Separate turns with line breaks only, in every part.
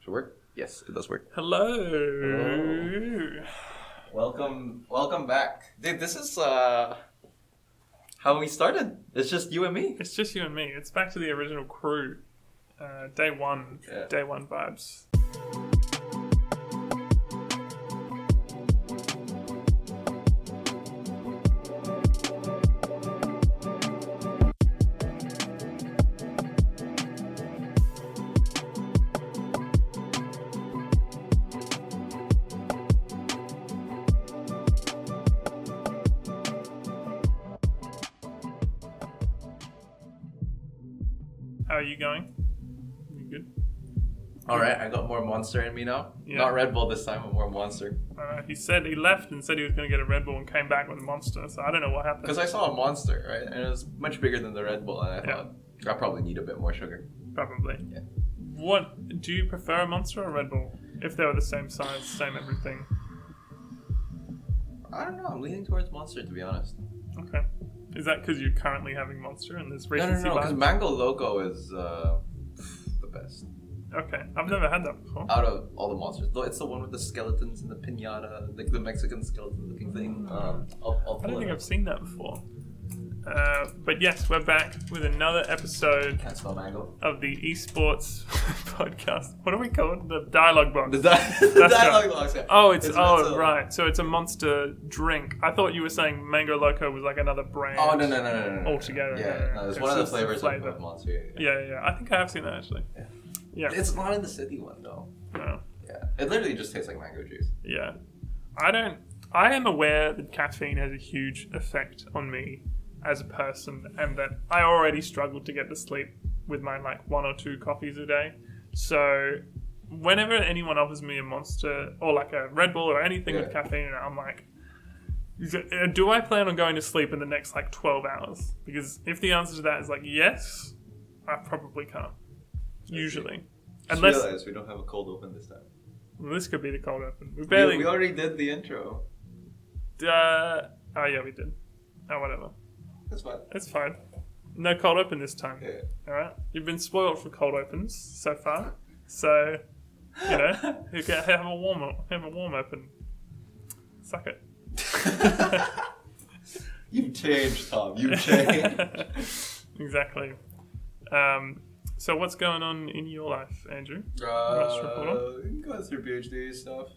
Should work? Yes, it does work.
Hello.
Welcome, welcome back, dude. This is uh, how we started. It's just you and me.
It's just you and me. It's back to the original crew. Uh, day one.
Yeah.
Day one vibes. How are you going? You good?
All right, I got more monster in me now.
Yeah.
Not Red Bull this time, but more monster.
Uh, he said he left and said he was going to get a Red Bull and came back with a monster. So I don't know what happened.
Because I saw a monster, right, and it was much bigger than the Red Bull, and I
Yeah.
thought I probably need a bit more sugar.
Probably.
Yeah.
What do you prefer, a monster or a Red Bull? If they were the same size, same everything.
I don't know. I'm leaning towards monster to be honest.
Okay. Is that because you're currently having monster and there's
No, no,
recency
no. Because
bias?
Mango Loco is uh, pff, the best
Okay, I've never had that before.
out of all the monsters. Though it's the one with the skeletons and the pinata, like the Mexican skeleton-looking thing. Um, I'll, I'll pull
Mm. I don't
it
think
up.
I've seen that before. Uh, but yes, we're back with another episode
Can't spell mango.
of the esports podcast. What are we called? The dialogue box.
The, di- the
That's
dialogue
right.
box. yeah.
Oh, it's, oh
meant to-
right. So it's a monster drink. I thought you were saying Mango Loco was like another brand.
Oh no no no no, no no.
Altogether,
Yeah,
yeah,
no, it's
yeah.
one of the
It's just a
flavors
flavor.
of the monster. Yeah,
Yeah, yeah, yeah. I think I have seen that actually.
Yeah.
Yeah.
It's not in the city one though.
no.
Yeah, it literally just tastes like mango juice.
Yeah. I don't. I am aware that caffeine has a huge effect on me as a person, and that I already struggle to get to sleep with my like one or two coffees a day. So, whenever anyone offers me a monster or like a Red Bull or anything with
Yeah.
caffeine, in it, I'm like, "Uh, do I plan on going to sleep in the next like 12 hours? Because if the answer to that is like yes, I probably can't. Usually.
Just
Unless
realized we don't have a cold open this time.
well, this could be the cold open. We
We-
barely
We, already did the intro.
Uh, oh yeah, we did. Oh whatever,
That's fine.
it's fine. No cold open this time.
Yeah.
All right, you've been spoiled for cold opens so far, so you know you can have a warm have a warm open. Suck it.
You've changed, Tom. You've changed.
exactly. Um, so what's going on in your life, Andrew? Rush
uh,
reporter?
going through PhD stuff.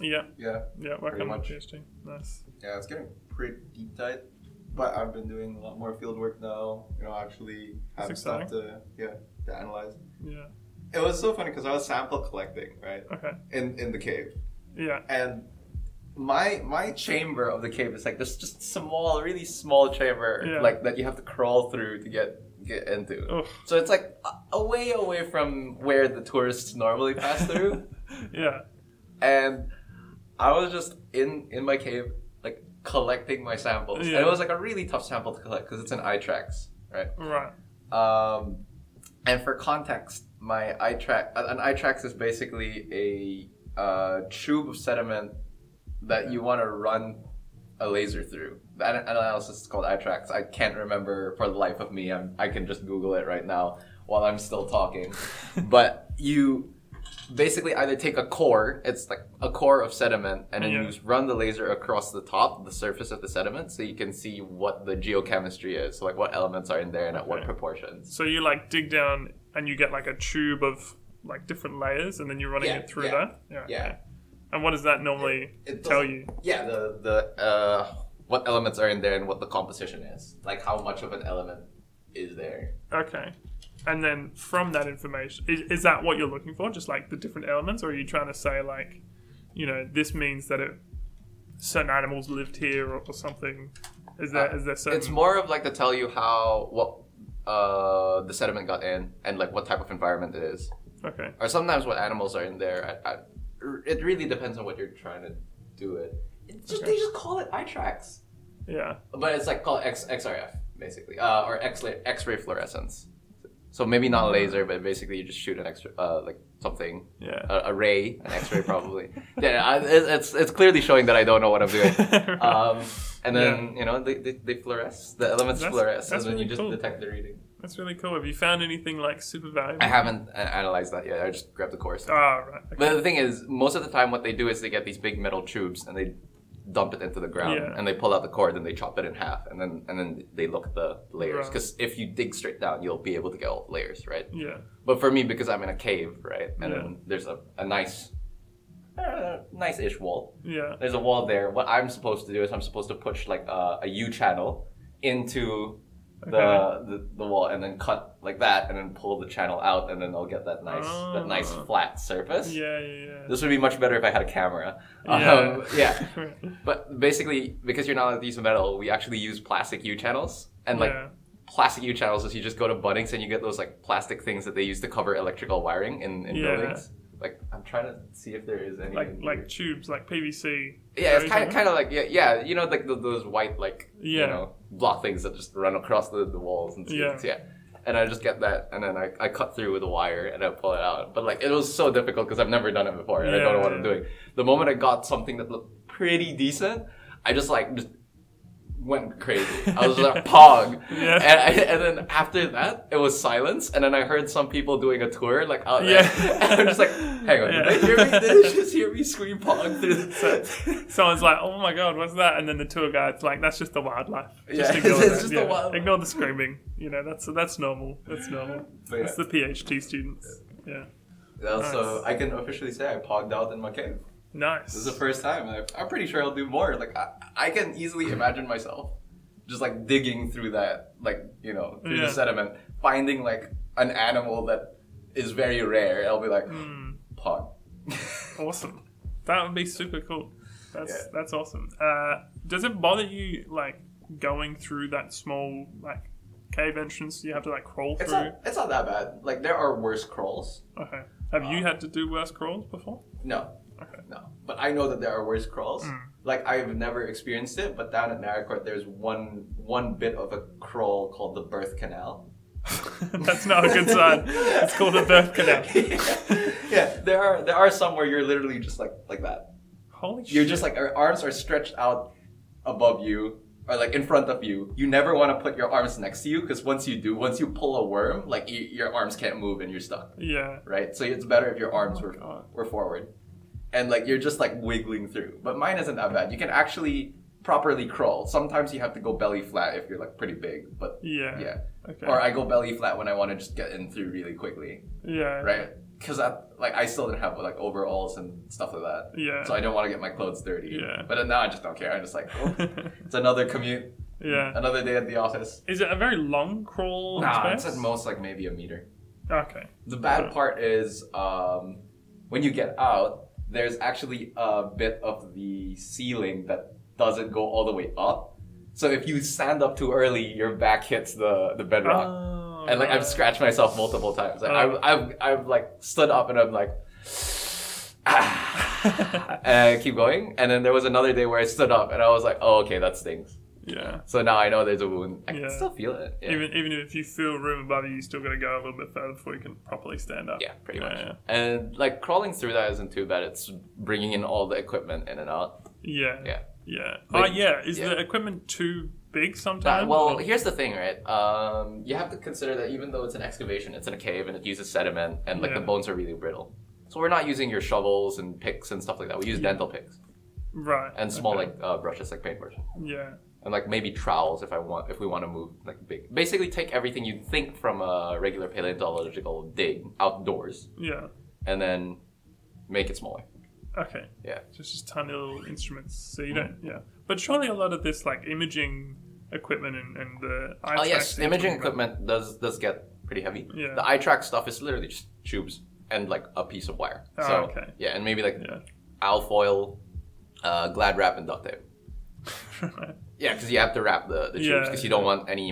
Yeah,
Yeah,
yeah, working
Pretty
on my
much.
PhD. Nice.
yeah, it's getting pretty tight. But I've been doing a lot more field work now. You know, actually have
That's
stuff to yeah to analyze.
Yeah.
It was so funny because I was sample collecting right
Okay.
in in the cave,
Yeah.
and my my chamber of the cave is like this just small, really small chamber
Yeah.
like that you have to crawl through to get get into.
Ugh.
So it's like a- a way away from where the tourists normally pass through.
Yeah.
and I was just in in my cave, like collecting my samples.
Yeah.
And it was like a really tough sample to collect because it's an eye tracks, right?
Right.
Um, and for context, my eye track an eye tracks is basically a uh, tube of sediment that you want to run a laser through. That an- analysis is called eye tracks. I can't remember for the life of me. I'm, I can just Google it right now while I'm still talking. but you basically either take a core, it's like a core of sediment, and then
Yeah.
you run the laser across the top, the surface of the sediment, so you can see what the geochemistry is, so like what elements are in there and at what
Okay.
proportions.
So you like dig down and you get like a tube of like different layers, and then you're running
Yeah,
it through
yeah,
that. Yeah.
yeah.
okay. And what does that normally
It
tell
doesn't-
you?
Yeah, the the uh, what elements are in there and what the composition is, like how much of an element is there.
Okay. And then from that information, is, is that what you're looking for? Just like the different elements, or are you trying to say like, you know, this means that it, certain animals lived here or, or something? Is there is
Uh,
there certain?
It's more of like to tell you how what uh, the sediment got in and like what type of environment it is,
okay.
or sometimes what animals are in there. I, I, it really depends on what you're trying to do. It. It's just they just call it eye tracks,
Yeah.
but it's like called X, XRF basically, uh, or X X ray fluorescence. So maybe not laser, but basically you just shoot an extra uh, like something
Yeah.
a, a ray, an X-ray probably. yeah, I, it, it's it's clearly showing that I don't know what I'm doing. Uh, Um, and then you know they, they, they fluoresce. The elements
That's-
fluoresce,
that's
and then
really
you just
cool.
detect the reading.
That's really cool. Have you found anything like super valuable?
I haven't a- analyzed that yet. I just grabbed the core stuff.
Ah, right.
But
Okay.
the thing is, most of the time, what they do is they get these big metal tubes and they dump it into the ground,
Yeah.
and they pull out the core, then they chop it in half, and then and then they look at the layers.
Right.
Because if you dig straight down, you'll be able to get all the layers, right?
Yeah.
But for me, because I'm in a cave, right, and
Yeah.
then there's a, a nice, uh, nice-ish wall.
Yeah.
There's a wall there. What I'm supposed to do is I'm supposed to push like uh, a, a U channel into. The,
Okay.
the the wall and then cut like that and then pull the channel out and then I'll get that nice that nice
Ah.
flat surface.
Yeah. Yeah.
This would be much better if I had a camera.
Yeah.
Um, yeah.
Yeah.
But basically, because you're not allowed to use metal, we actually use plastic U channels. And like
Yeah.
plastic U channels is you just go to Bunnings and you get those like plastic things that they use to cover electrical wiring in, in
Yeah.
buildings. Like I'm trying to see if there is any.
Like like tubes like PVC.
yeah, it's
Those
kind
are-
of kind of like yeah, yeah, you know, like the, those white like
Yeah.
you know block things that just run across the, the walls and
Yeah.
ceilings. Yeah. And I just get that, and then I, I cut through with a wire and I pull it out. But like it was so difficult because I've never done it before and I don't know what I'm
Yeah.
doing. The moment I got something that looked pretty decent, I just like just went crazy. I was like pog,
Yeah.
and, I, and then after that it was silence, and then I heard some people doing a tour like out there.
Yeah.
And I'm just like, hang on, did they hear me? Did they just hear me scream pog through? The-
Someone's like, "Oh my god, what's that?" And then the tour guide's like, "That's just the wildlife. Just
Yeah,
ignore
it's
that.
just the
yeah.
wildlife."
Ignore the screaming. You know, that's that's normal. That's normal.
But yeah.
That's the PhD students. Yeah.
Also,
Nice.
I can officially say I pogged out in my cave.
Nice.
This is the first time. and I, I'm pretty sure I'll do more. Like I, I can easily imagine myself just like digging through that, like you know, through
Yeah.
the sediment, finding like an animal that is very rare. and I'll be like,
Hmm.
pog.
Awesome. That would be super cool. That's
Yeah.
that's awesome. Uh, does it bother you like going through that small like cave entrance? You have to like crawl
it's
through.
not. It's not that bad. Like there are worse crawls.
Okay. Have you had to do worse crawls before?
No.
Okay. Mm.
No. But I know that there are worse crawls. Like I've never experienced it, but down at Narracourt there's one one bit of a crawl called the birth canal.
that's not a good sign. It's called a birth canal.
yeah. there are there are some where you're literally just like like that.
Holy shit.
You're just like your arms are stretched out above you or like in front of you. You never want to put your arms next to you because once you do, once you pull a worm, like you, your arms can't move and you're stuck,
Yeah.
right? So it's better if your arms were
Oh God.
were forward, and like you're just like wiggling through. But mine isn't that bad. You can actually properly crawl. Sometimes you have to go belly flat if you're like pretty big, but
Yeah.
yeah.
Okay.
Or I go belly flat when I want to just get in through really quickly
yeah.
right? Because I like I still didn't have like overalls and stuff like that.
Yeah.
So I don't want to get my clothes dirty.
Yeah.
But then now I just don't care. I'm just like, oh, it's another commute,
yeah.
another day at the office.
Is it a very long crawl?
Nah,
space?
it's at most like maybe a meter.
Okay.
The bad part is um, when you get out, there's actually a bit of the ceiling that doesn't go all the way up. So if you stand up too early, your back hits the the bedrock.
Oh,
And like I've
right.
scratched myself multiple times. Like
Oh.
I've, I've I've like stood up and I'm like, ah, and I keep going. And then there was another day where I stood up and I was like, oh okay, that stings.
Yeah.
So now I know there's a wound. I
Yeah.
can still feel it. Yeah,
Even even if you feel room above you, you still got to go a little bit further before you can properly stand up.
yeah pretty
yeah,
much. And like crawling through that isn't too bad. It's bringing in all the equipment in and out.
Yeah.
Yeah.
Yeah. Oh,
But-
yeah. Is
yeah.
the equipment too big
Uh,
sometimes?
well,
Or-
here's the thing, right? Um, you have to consider that even though it's an excavation, it's in a cave and it uses sediment, and like the
Yeah.
bones are really brittle. So we're not using your shovels and picks and stuff like that. We use dental picks
right.
and small
okay.
like uh, brushes, like paintbrush,
Yeah.
and like maybe trowels if I want if we want to move like big. Basically, take everything you think from a regular paleontological dig outdoors,
Yeah.
and then make it smaller.
Okay.
Yeah.
Just just tiny little instruments. So you don't. Yeah. But surely a lot of this like imaging equipment and, and the eye
Oh yes,
tracking
imaging equipment does does get pretty heavy.
Yeah.
The eye track stuff is literally just tubes and like a piece of wire.
Oh,
so
okay.
yeah, and maybe like
Yeah.
alfoil, uh, glad wrap, and duct tape. Yeah, because you have to wrap the, the
Yeah.
tubes because you don't want any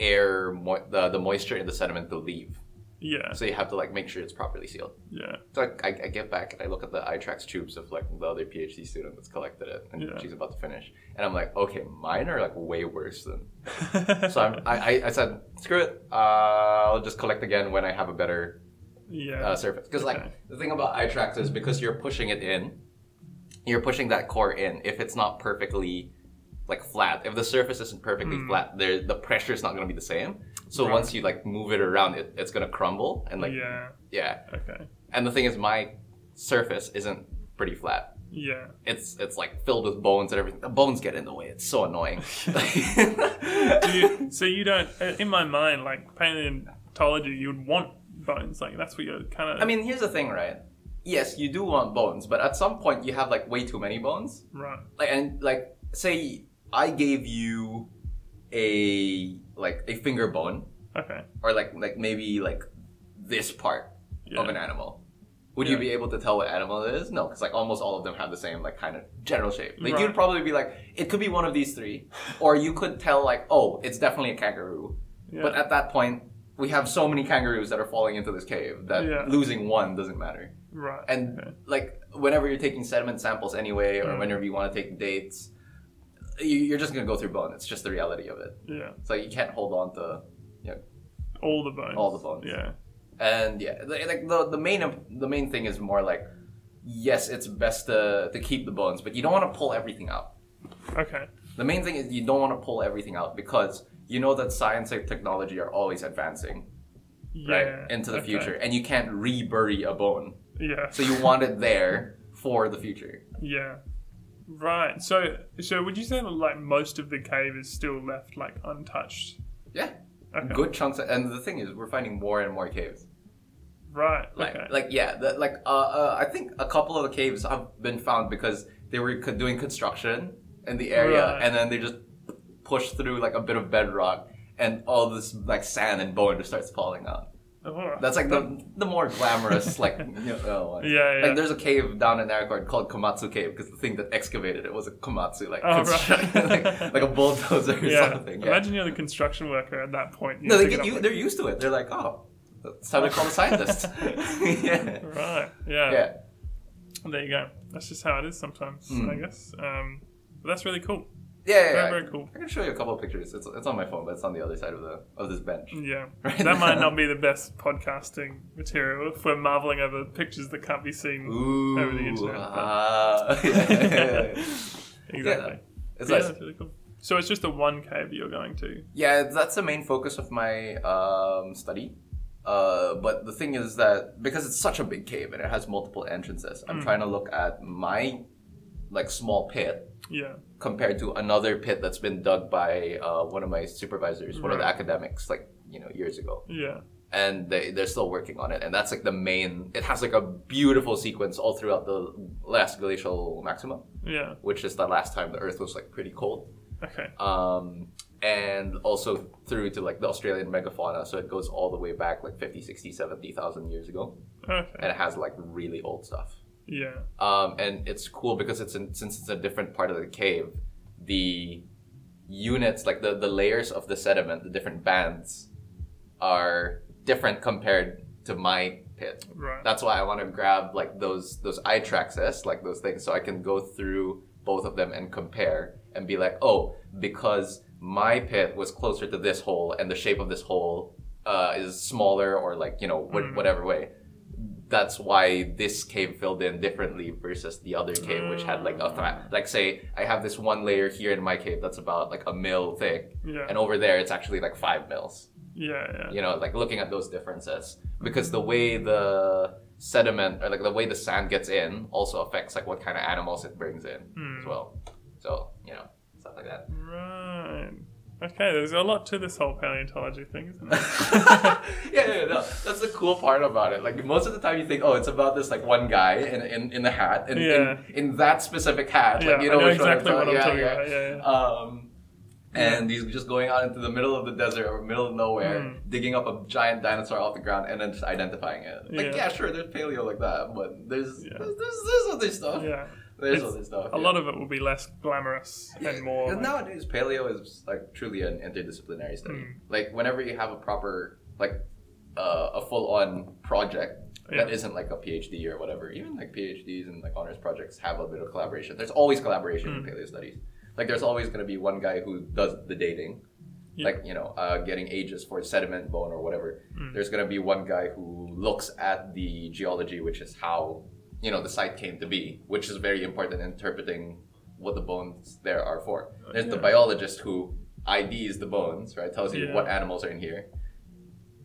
air mo- the, the moisture in the sediment to leave.
yeah.
So you have to like make sure it's properly sealed.
Yeah.
So I, I, I get back and I look at the iTrax tubes of like the other PhD student that's collected it and
Yeah.
she's about to finish. And I'm like, okay, mine are like way worse than. So I'm, I, I, I said, screw it. Uh, I'll just collect again when I have a better
yeah.
uh, surface. Because
Okay.
like the thing about iTrax is because you're pushing it in, you're pushing that core in. If it's not perfectly like flat, if the surface isn't perfectly flat, there the pressure is not going to be the same. So
Hmm. Right.
once you like move it around, it, it's gonna crumble and like yeah.
yeah. Okay.
And the thing is, my surface isn't pretty flat.
Yeah.
It's it's like filled with bones and everything. The bones get in the way. It's so annoying.
Do you, so you don't. uh, In my mind, like paleontology, you'd want bones. Like that's what you're kind of.
I mean, here's the thing, right? Yes, you do want bones, but at some point you have like way too many bones.
right.
like and like say I gave you a like a finger bone
Okay.
or like like maybe like this part
Yeah.
of an animal. Would you
Yeah.
be able to tell what animal it is? No, because like almost all of them have the same like kind of general shape. Like
Right.
you'd probably be like, it could be one of these three, or you could tell like, oh, it's definitely a kangaroo.
Yeah.
But at that point, we have so many kangaroos that are falling into this cave that
Yeah.
losing one doesn't matter
right.
and
okay.
like whenever you're taking sediment samples anyway
Mm-hmm.
or whenever you want to take dates you- you're just gonna go through bone it's just the reality of it
yeah,
so you can't hold on to
all the bones.
all the bones
Yeah.
and yeah the- like the, the main the main thing is more like yes it's best to, to keep the bones but you don't want to pull everything out
Okay.
the main thing is you don't want to pull everything out because you know that science and technology are always advancing
Yeah.
right into the
okay.
future and you can't rebury a bone
Yeah.
so you want it there for the future
Yeah. Right. So so would you say that like most of the cave is still left like untouched?
yeah
Okay.
good chunks of, and the thing is we're finding more and more caves
Right.
like
okay.
like yeah the, like uh, uh, i think a couple of the caves have been found because they were co- doing construction in the area
Right.
and then they just pushed through like a bit of bedrock and all this like sand and bone just starts falling out
Alright.
that's like the the more glamorous like you know, one.
Yeah, yeah.
like there's a cave down in Naracord called Komatsu Cave because the thing that excavated it was a Komatsu like,
Oh, right.
construction- like like a bulldozer or
yeah.
something yeah.
Imagine you're the construction worker at that point.
No, they
picking
get
up
you,
the-
they're used to it. They're like, oh, it's time to call the scientists. yeah.
Right. Yeah.
yeah.
There you go. That's just how it is sometimes, I
Hmm.
guess. Um, but that's really cool.
Yeah, yeah,
Very,
yeah.
very cool.
I can show you a couple of pictures. It's, it's on my phone, but it's on the other side of the of this bench.
Yeah.
Right
that might
now.
not be the best podcasting material if we're marveling over pictures that can't be seen.
Ooh.
Over the internet, but-
ah.
Exactly.
It's
yeah,
nice.
that's really cool. So it's just the one cave you're going to.
Yeah, that's the main focus of my um, study. Uh, but the thing is that because it's such a big cave and it has multiple entrances, I'm trying to look at my like small pit
Yeah.
compared to another pit that's been dug by uh, one of my supervisors, one of the
Right.
academics, like you know years ago,
Yeah.
and they they're still working on it. And that's like the main. It has like a beautiful sequence all throughout the last glacial maximum,
Yeah.
which is the last time the Earth was like pretty cold,
Okay.
um, and also through to like the Australian megafauna. So it goes all the way back like 50, 60, 70,000 years ago,
Okay.
and it has like really old stuff.
Yeah.
Um, and it's cool because it's in, since it's a different part of the cave, the units, like the, the layers of the sediment, the different bands, are different compared to my pit.
Right.
That's why I want to grab like those those eye tracks, like those things, so I can go through both of them and compare and be like, oh, because my pit was closer to this hole and the shape of this hole uh, is smaller or like you know wh- whatever way. That's why this cave filled in differently versus the other cave, which had like a th- like say I have this one layer here in my cave that's about like a mil thick,
Yeah.
and over there it's actually like five mils
Yeah. Yeah.
you know like looking at those differences because the way the sediment or like the way the sand gets in also affects like what kind of animals it brings in
Hmm.
as well so you know stuff like that
Right. Okay, there's a lot to this whole paleontology thing, isn't there?
yeah, yeah no, that's the cool part about it like most of the time you think oh it's about this like one guy in in, in the hat and
Yeah.
in, in that specific hat
Yeah,
like you know,
I know
which one
exactly what I'm
yeah,
talking
yeah.
about. Yeah, yeah.
um and he's just going out into the middle of the desert or middle of nowhere,
Mm.
digging up a giant dinosaur off the ground and then just identifying it. Like, yeah,
Yeah.
sure, there's paleo like that, but there's
Yeah.
there's, there's, there's other stuff.
yeah.
There's
It's
other stuff.
A lot of it will be less glamorous and more. like-
nowadays, paleo is like truly an interdisciplinary study.
Mm.
Like, whenever you have a proper, like, uh, a full-on project. That
Yeah.
isn't like a PhD or whatever. Even like PhDs and like honors projects have a bit of collaboration. There's always collaboration
Hmm.
in paleo studies. Like there's always going to be one guy who does the dating,
Yeah.
like you know uh, getting ages for sediment bone or whatever
Hmm.
there's going to be one guy who looks at the geology which is how you know the site came to be which is very important in interpreting what the bones there are for there's the biologist who IDs the bones, right? Tells you
Yeah.
what animals are in here.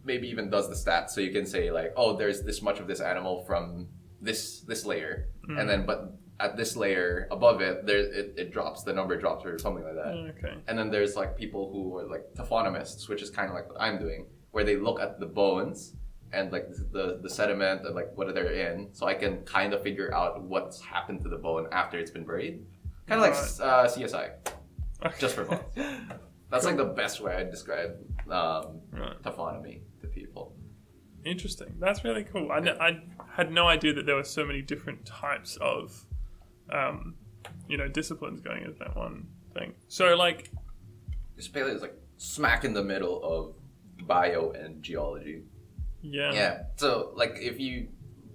Maybe even does the stats, so you can say like, oh, there's this much of this animal from this this layer,
Hmm.
and then but at this layer above it, there it, it drops the number drops or something like that.
Okay.
And then there's like people who are like taphonomists, which is kind of like what I'm doing, where they look at the bones and like the the sediment and like what they're in, so I can kind of figure out what's happened to the bone after it's been buried. Kind of like
Right.
uh, CSI. Just for bones.
fun.
That's like the best way I describe um,
right.
taphonomy to people.
Interesting. That's really cool. I, kn- I had no idea that there were so many different types of, um, you know, disciplines going into that one thing. So, like,
This paleo is like smack in the middle of bio and geology.
yeah,
Yeah. So like if you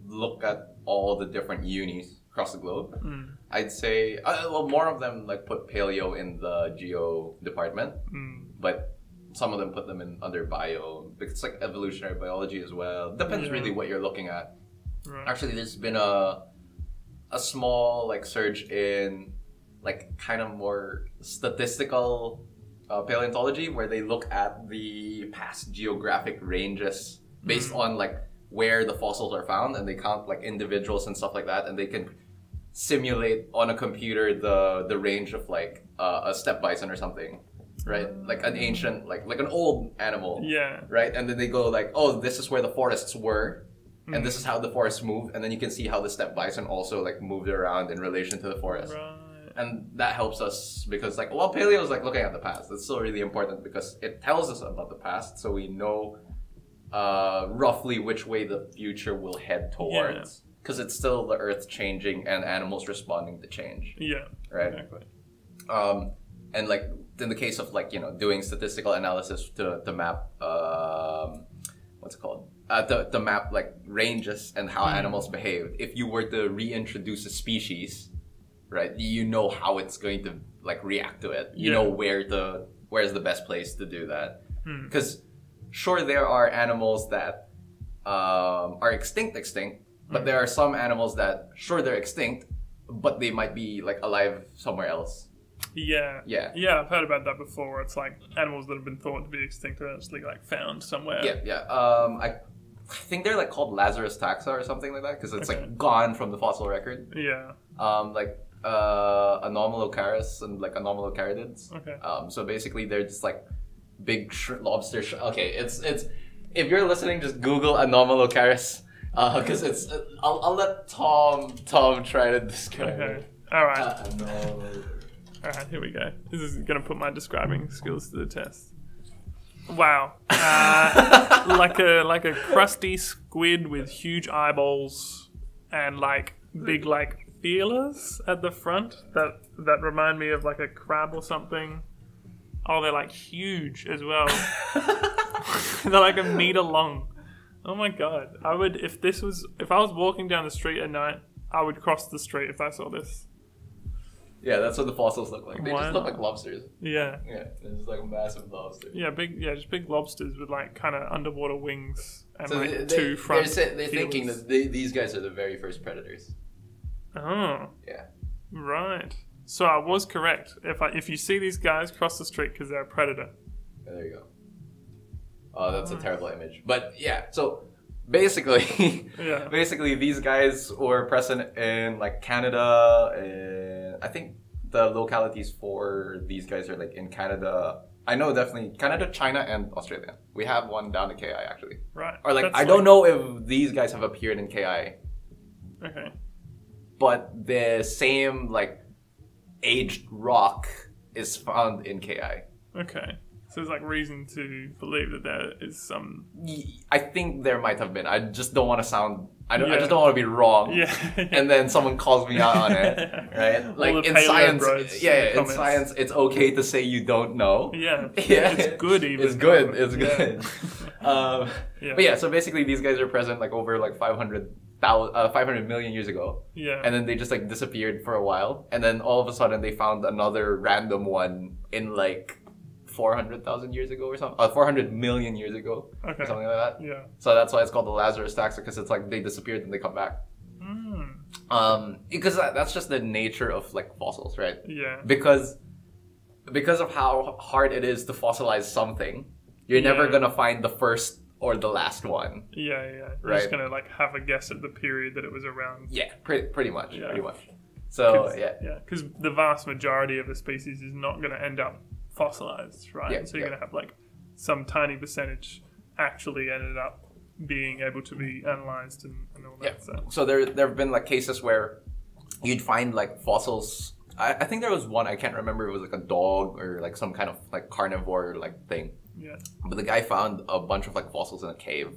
look at all the different unis across the globe,
Mm.
I'd say uh, well more of them like put paleo in the geo department,
Mm,
but some of them put them in under bio because it's like evolutionary biology as well. Depends
Yeah.
really what you're looking at.
right.
Actually, there's been a a small like surge in like kind of more statistical uh, paleontology where they look at the past geographic ranges based on like where the fossils are found and they count like individuals and stuff like that and they can simulate on a computer the the range of like uh, a step bison or something right like an ancient like like an old animal
yeah,
right? And then they go like, oh, this is where the forests were, and this is how the forests moved, and then you can see how the step bison also like moved around in relation to the forest,
right.
and that helps us because like while paleo is like looking at the past, that's still really important because it tells us about the past, so we know uh, roughly which way the future will head towards. Because it's still the earth changing and animals responding to change,
Yeah,
right?
exactly.
um, and like in the case of like you know doing statistical analysis to, to map um, what's it called uh, to, to map like ranges and how animals behave if you were to reintroduce a species right you know how it's going to like react to it you
Yeah.
know where the where's the best place to do that because sure there are animals that um, are extinct extinct but there are some animals that sure they're extinct but they might be like alive somewhere else
Yeah.
yeah.
Yeah, I've heard about that before. Where it's like animals that have been thought to be extinct are actually like found somewhere.
Yeah, yeah. Um, I, I think they're like called Lazarus taxa or something like that because it's
Okay.
like gone from the fossil record.
Yeah.
Um, like uh, anomalocaris and like anomalocaridids.
Okay.
Um, so basically they're just like big sh- lobster. Sh- okay, it's it's if you're listening, just Google anomalocaris because it's. uh, I'll, I'll let Tom Tom try to describe
Okay.
it.
All right.
Uh, anomalo-
All right, here we go. This is going to put my describing skills to the test. Wow. Uh, like a like a crusty squid with huge eyeballs and like big like feelers at the front that that remind me of like a crab or something. Oh, they're like huge as well. they're like a meter long. Oh my god. I would if this was if I was walking down the street at night, I would cross the street if I saw this.
yeah, that's what the fossils look like. They
Why
just look
not?
like lobsters.
Yeah.
Yeah, they're just like massive lobsters.
Yeah, big. Yeah, just big lobsters with like kind of underwater wings and
So
like
they, they,
two front.
They're, sa- they're thinking
feelers.
that they, these guys are the very first predators.
Oh,
Yeah.
right. So I was correct. If I, if you see these guys cross the street because they're a predator.
Yeah, There you go. Oh, that's
Uh.
a terrible image. But yeah, so basically,
Yeah.
basically these guys were present in like Canada, and I think the localities for these guys are like in Canada. I know definitely Canada, China, and Australia. We have one down in KI actually.
Right.
Or like
That's
I don't know if these guys have appeared in KI,
Okay.
but the same like aged rock is found in KI.
Okay. So there's like reason to believe that there is some.
Y- I think there might have been. I just don't want to sound. I, don't, I
Yeah.
just don't want to be wrong.
Yeah.
Oh. And then someone calls me out on it, right?
All
Like
the
in
paleo
science,
bros
yeah,
in the
in,
comments.
science, it's okay to say you don't know.
yeah.
Yeah.
It's good. Even
It's good.
though-
It's
Yeah.
good. um,
Yeah.
But yeah, so basically, these guys are present like over like 500, uh, 500 million years ago.
Yeah.
and then they just like disappeared for a while and then all of a sudden they found another random one in like 400,000 years ago or something uh, 400 million years ago
Okay.
or something like that
yeah.
so that's why it's called the Lazarus taxa because it's like they disappeared and they come back
Mm.
um because that, that's just the nature of like fossils right
Yeah.
because because of how hard it is to fossilize something, you're never
Yeah.
gonna find the first or the last one.
Yeah, yeah. You're
Right.
just gonna like have a guess at the period that it was around.
Yeah, pretty pretty much,
Yeah.
pretty much. So
'Cause-
Oh, yeah,
yeah. Because the vast majority of the species is not gonna end up fossilized, right?
Yeah,
so you're
yeah.
gonna have like some tiny percentage actually ended up being able to be analyzed and, and all that
Yeah.
stuff.
so there there have been like cases where you'd find like fossils. I, I think there was one I can't remember. It was like a dog or like some kind of like carnivore like thing.
Yeah.
But the guy found a bunch of like fossils in a cave,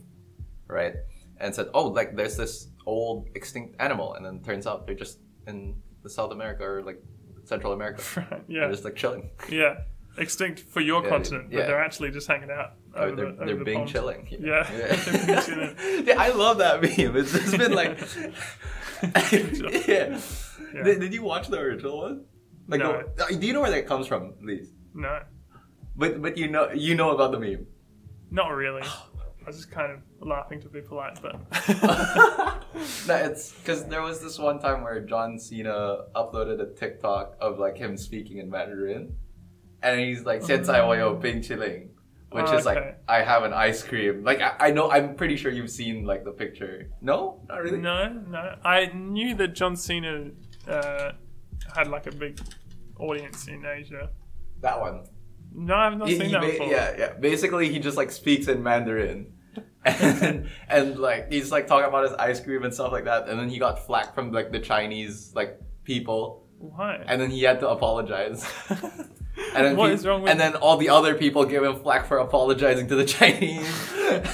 right? And said, "Oh, like there's this old extinct animal," and then turns out they're just in the South America or like Central America.
Right.
They're
Yeah.
just like chilling.
Yeah. Extinct for your
Yeah,
continent,
yeah.
but they're actually just hanging out.
Or
over
they're
the, over
they're
the
being
pond.
chilling.
Yeah. They're being chilling.
Yeah, I love that meme. It's just been like, yeah.
Yeah.
Did, did you watch the original one? Like,
No.
the- uh, do you know where that comes from, please?
No,
But but you know you know about the meme.
not really.
Oh.
I was just kind of laughing to be polite, but
no, it's because there was this one time where John Cena uploaded a TikTok of like him speaking in Mandarin, and he's like, "Sensei wayo ping chilling," which
Oh,
is
okay.
like, "I have an ice cream." Like I, I know, I'm pretty sure you've seen like the picture. No, not really.
no, no. I knew that John Cena uh, had like a big audience in Asia.
That one.
No, I've not
He-
seen
he
that
ba-
before.
yeah, yeah. Basically, he just like speaks in Mandarin, and and like he's like talking about his ice cream and stuff like that. And then he got flack from like the Chinese like people,
Why?
and then he had to apologize. And then
What
pe-
is wrong with-
And then all the other people gave him flack for apologizing to the Chinese.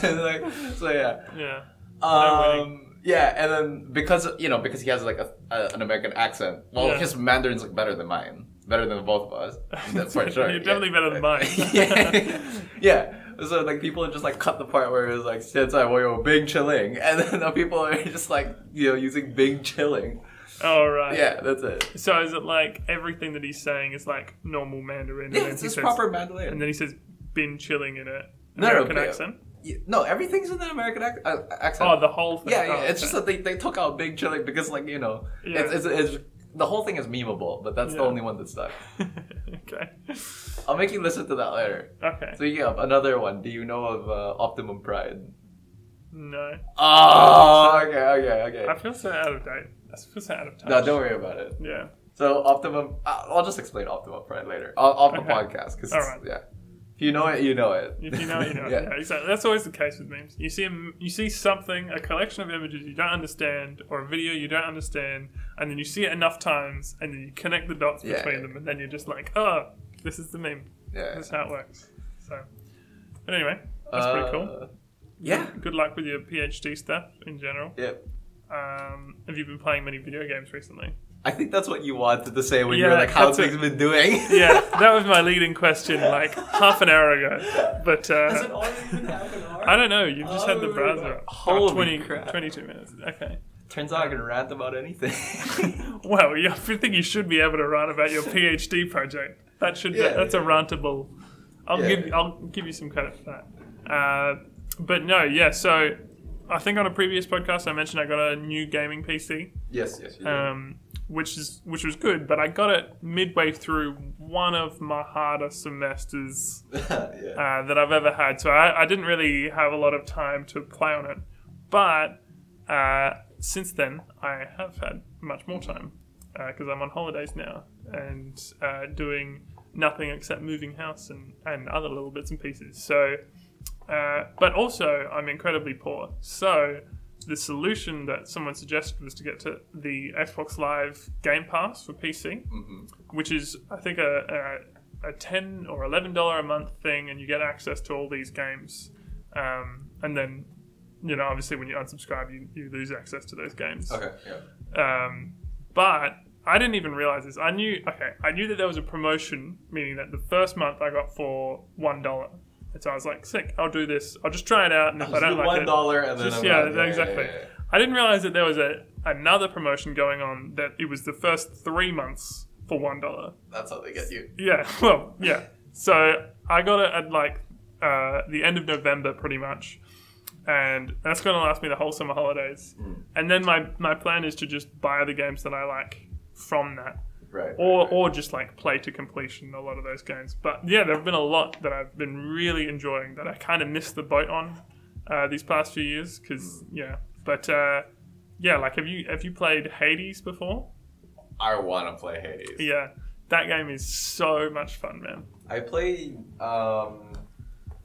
and like, so yeah.
yeah. No
Um, yeah, and then because you know because he has like a, a, an American accent, well,
Yeah.
his Mandarin's like better than mine, better than both of us. That's for sure.
You're definitely better than mine.
yeah. yeah. So like people just like cut the part where it was like "现在我有 Bing Chilling," and then the people are just like you know using Bing Chilling.
All Oh, right.
Yeah, that's it.
So is it like everything that he's saying is like normal Mandarin?
Yeah,
then
it's
he
just
says-
proper Mandarin.
And then he says, "Been chilling in a
No, no,
American
but-
accent."
Yeah, no, everything's in an American ac- uh, accent.
Oh, the whole thing.
yeah,
Oh,
yeah. It's
okay.
just that they, they took out Big Chilling because like you know
Yeah.
it's, it's, it's the whole thing is memeable, but that's the
Yeah.
only one that's stuck.
okay.
I'll make you listen to that later.
Okay.
So yeah, another one. Do you know of uh, Optimum Pride?
no,
Oh, okay, okay, okay.
I feel so out of date. I feel so out of touch.
No, don't worry about it.
Yeah.
So Optimum, I- I'll just explain Optimum Pride later o- off the
Okay.
podcast because
Alright.
yeah, if you know it, you know it.
If you know, it, you know. it. yeah. exactly. That's always the case with memes. You see, a m- you see something, a collection of images you don't understand, or a video you don't understand, and then you see it enough times, and then you connect the dots
Yeah,
between
yeah.
them, and then you're just like, oh, this is the meme.
yeah.
That's how it works. So, but anyway, that's pretty cool.
Uh, Yeah.
Good luck with your PhD stuff in general.
Yeah.
Um, have you been playing many video games recently?
I think that's what you wanted to say when you were
Yeah,
like, "How
that's
things been doing?"
Yeah, that was my leading question like half an hour ago. But uh,
Has it already been half an hour?
I don't know. You've just had the
Oh,
browser. up.
holy
oh, 20,
crap.
22 minutes. Okay.
Turns out I can rant about anything.
Well, yeah, I think you should be able to rant about your PhD project. That should
Yeah.
be, that's a rantable. I'll
Yeah.
give I'll give you some credit for that. Uh, but no, yeah. So I think on a previous podcast I mentioned I got a new gaming PC,
yes, yes. You
um, which is which was good. But I got it midway through one of my harder semesters
did. yeah.
uh, that I've ever had. So I, I didn't really have a lot of time to play on it. But uh, since then, I have had much more time because I'm on holidays now and uh, doing nothing except moving house and, and other little bits and pieces. So, uh, but also, I'm incredibly poor. So, the solution that someone suggested was to get to the Xbox Live Game Pass for PC
Mhm.
which is I think a, a, a ten or eleven dollar a month thing, and you get access to all these games. Um, and then, you know, obviously when you unsubscribe, you, you lose access to those games.
Okay. Yeah.
Um, but I didn't even realize this. I knew okay, I knew that there was a promotion, meaning that the first month I got for one dollar. And so I was like, sick, I'll do this. I'll just try it out, and if I
Just do
don't like
one
it,
dollar and then
just
I'm
yeah,
done.
exactly.
yeah, yeah.
I didn't realize that there was a another promotion going on that it was the first three months for one dollar.
That's how they get you.
Yeah, well, yeah. So I got it at like uh, the end of November, pretty much, and that's going to last me the whole summer holidays. And then my my plan is to just buy the games that I like from that.
Right.
or or just like play to completion a lot of those games. But yeah, there have been a lot that I've been really enjoying that I kind of missed the boat on uh, these past few years because yeah. But uh, yeah, like have you have you played Hades before?
I want to play Hades.
Yeah, that game is so much fun, man.
I played um,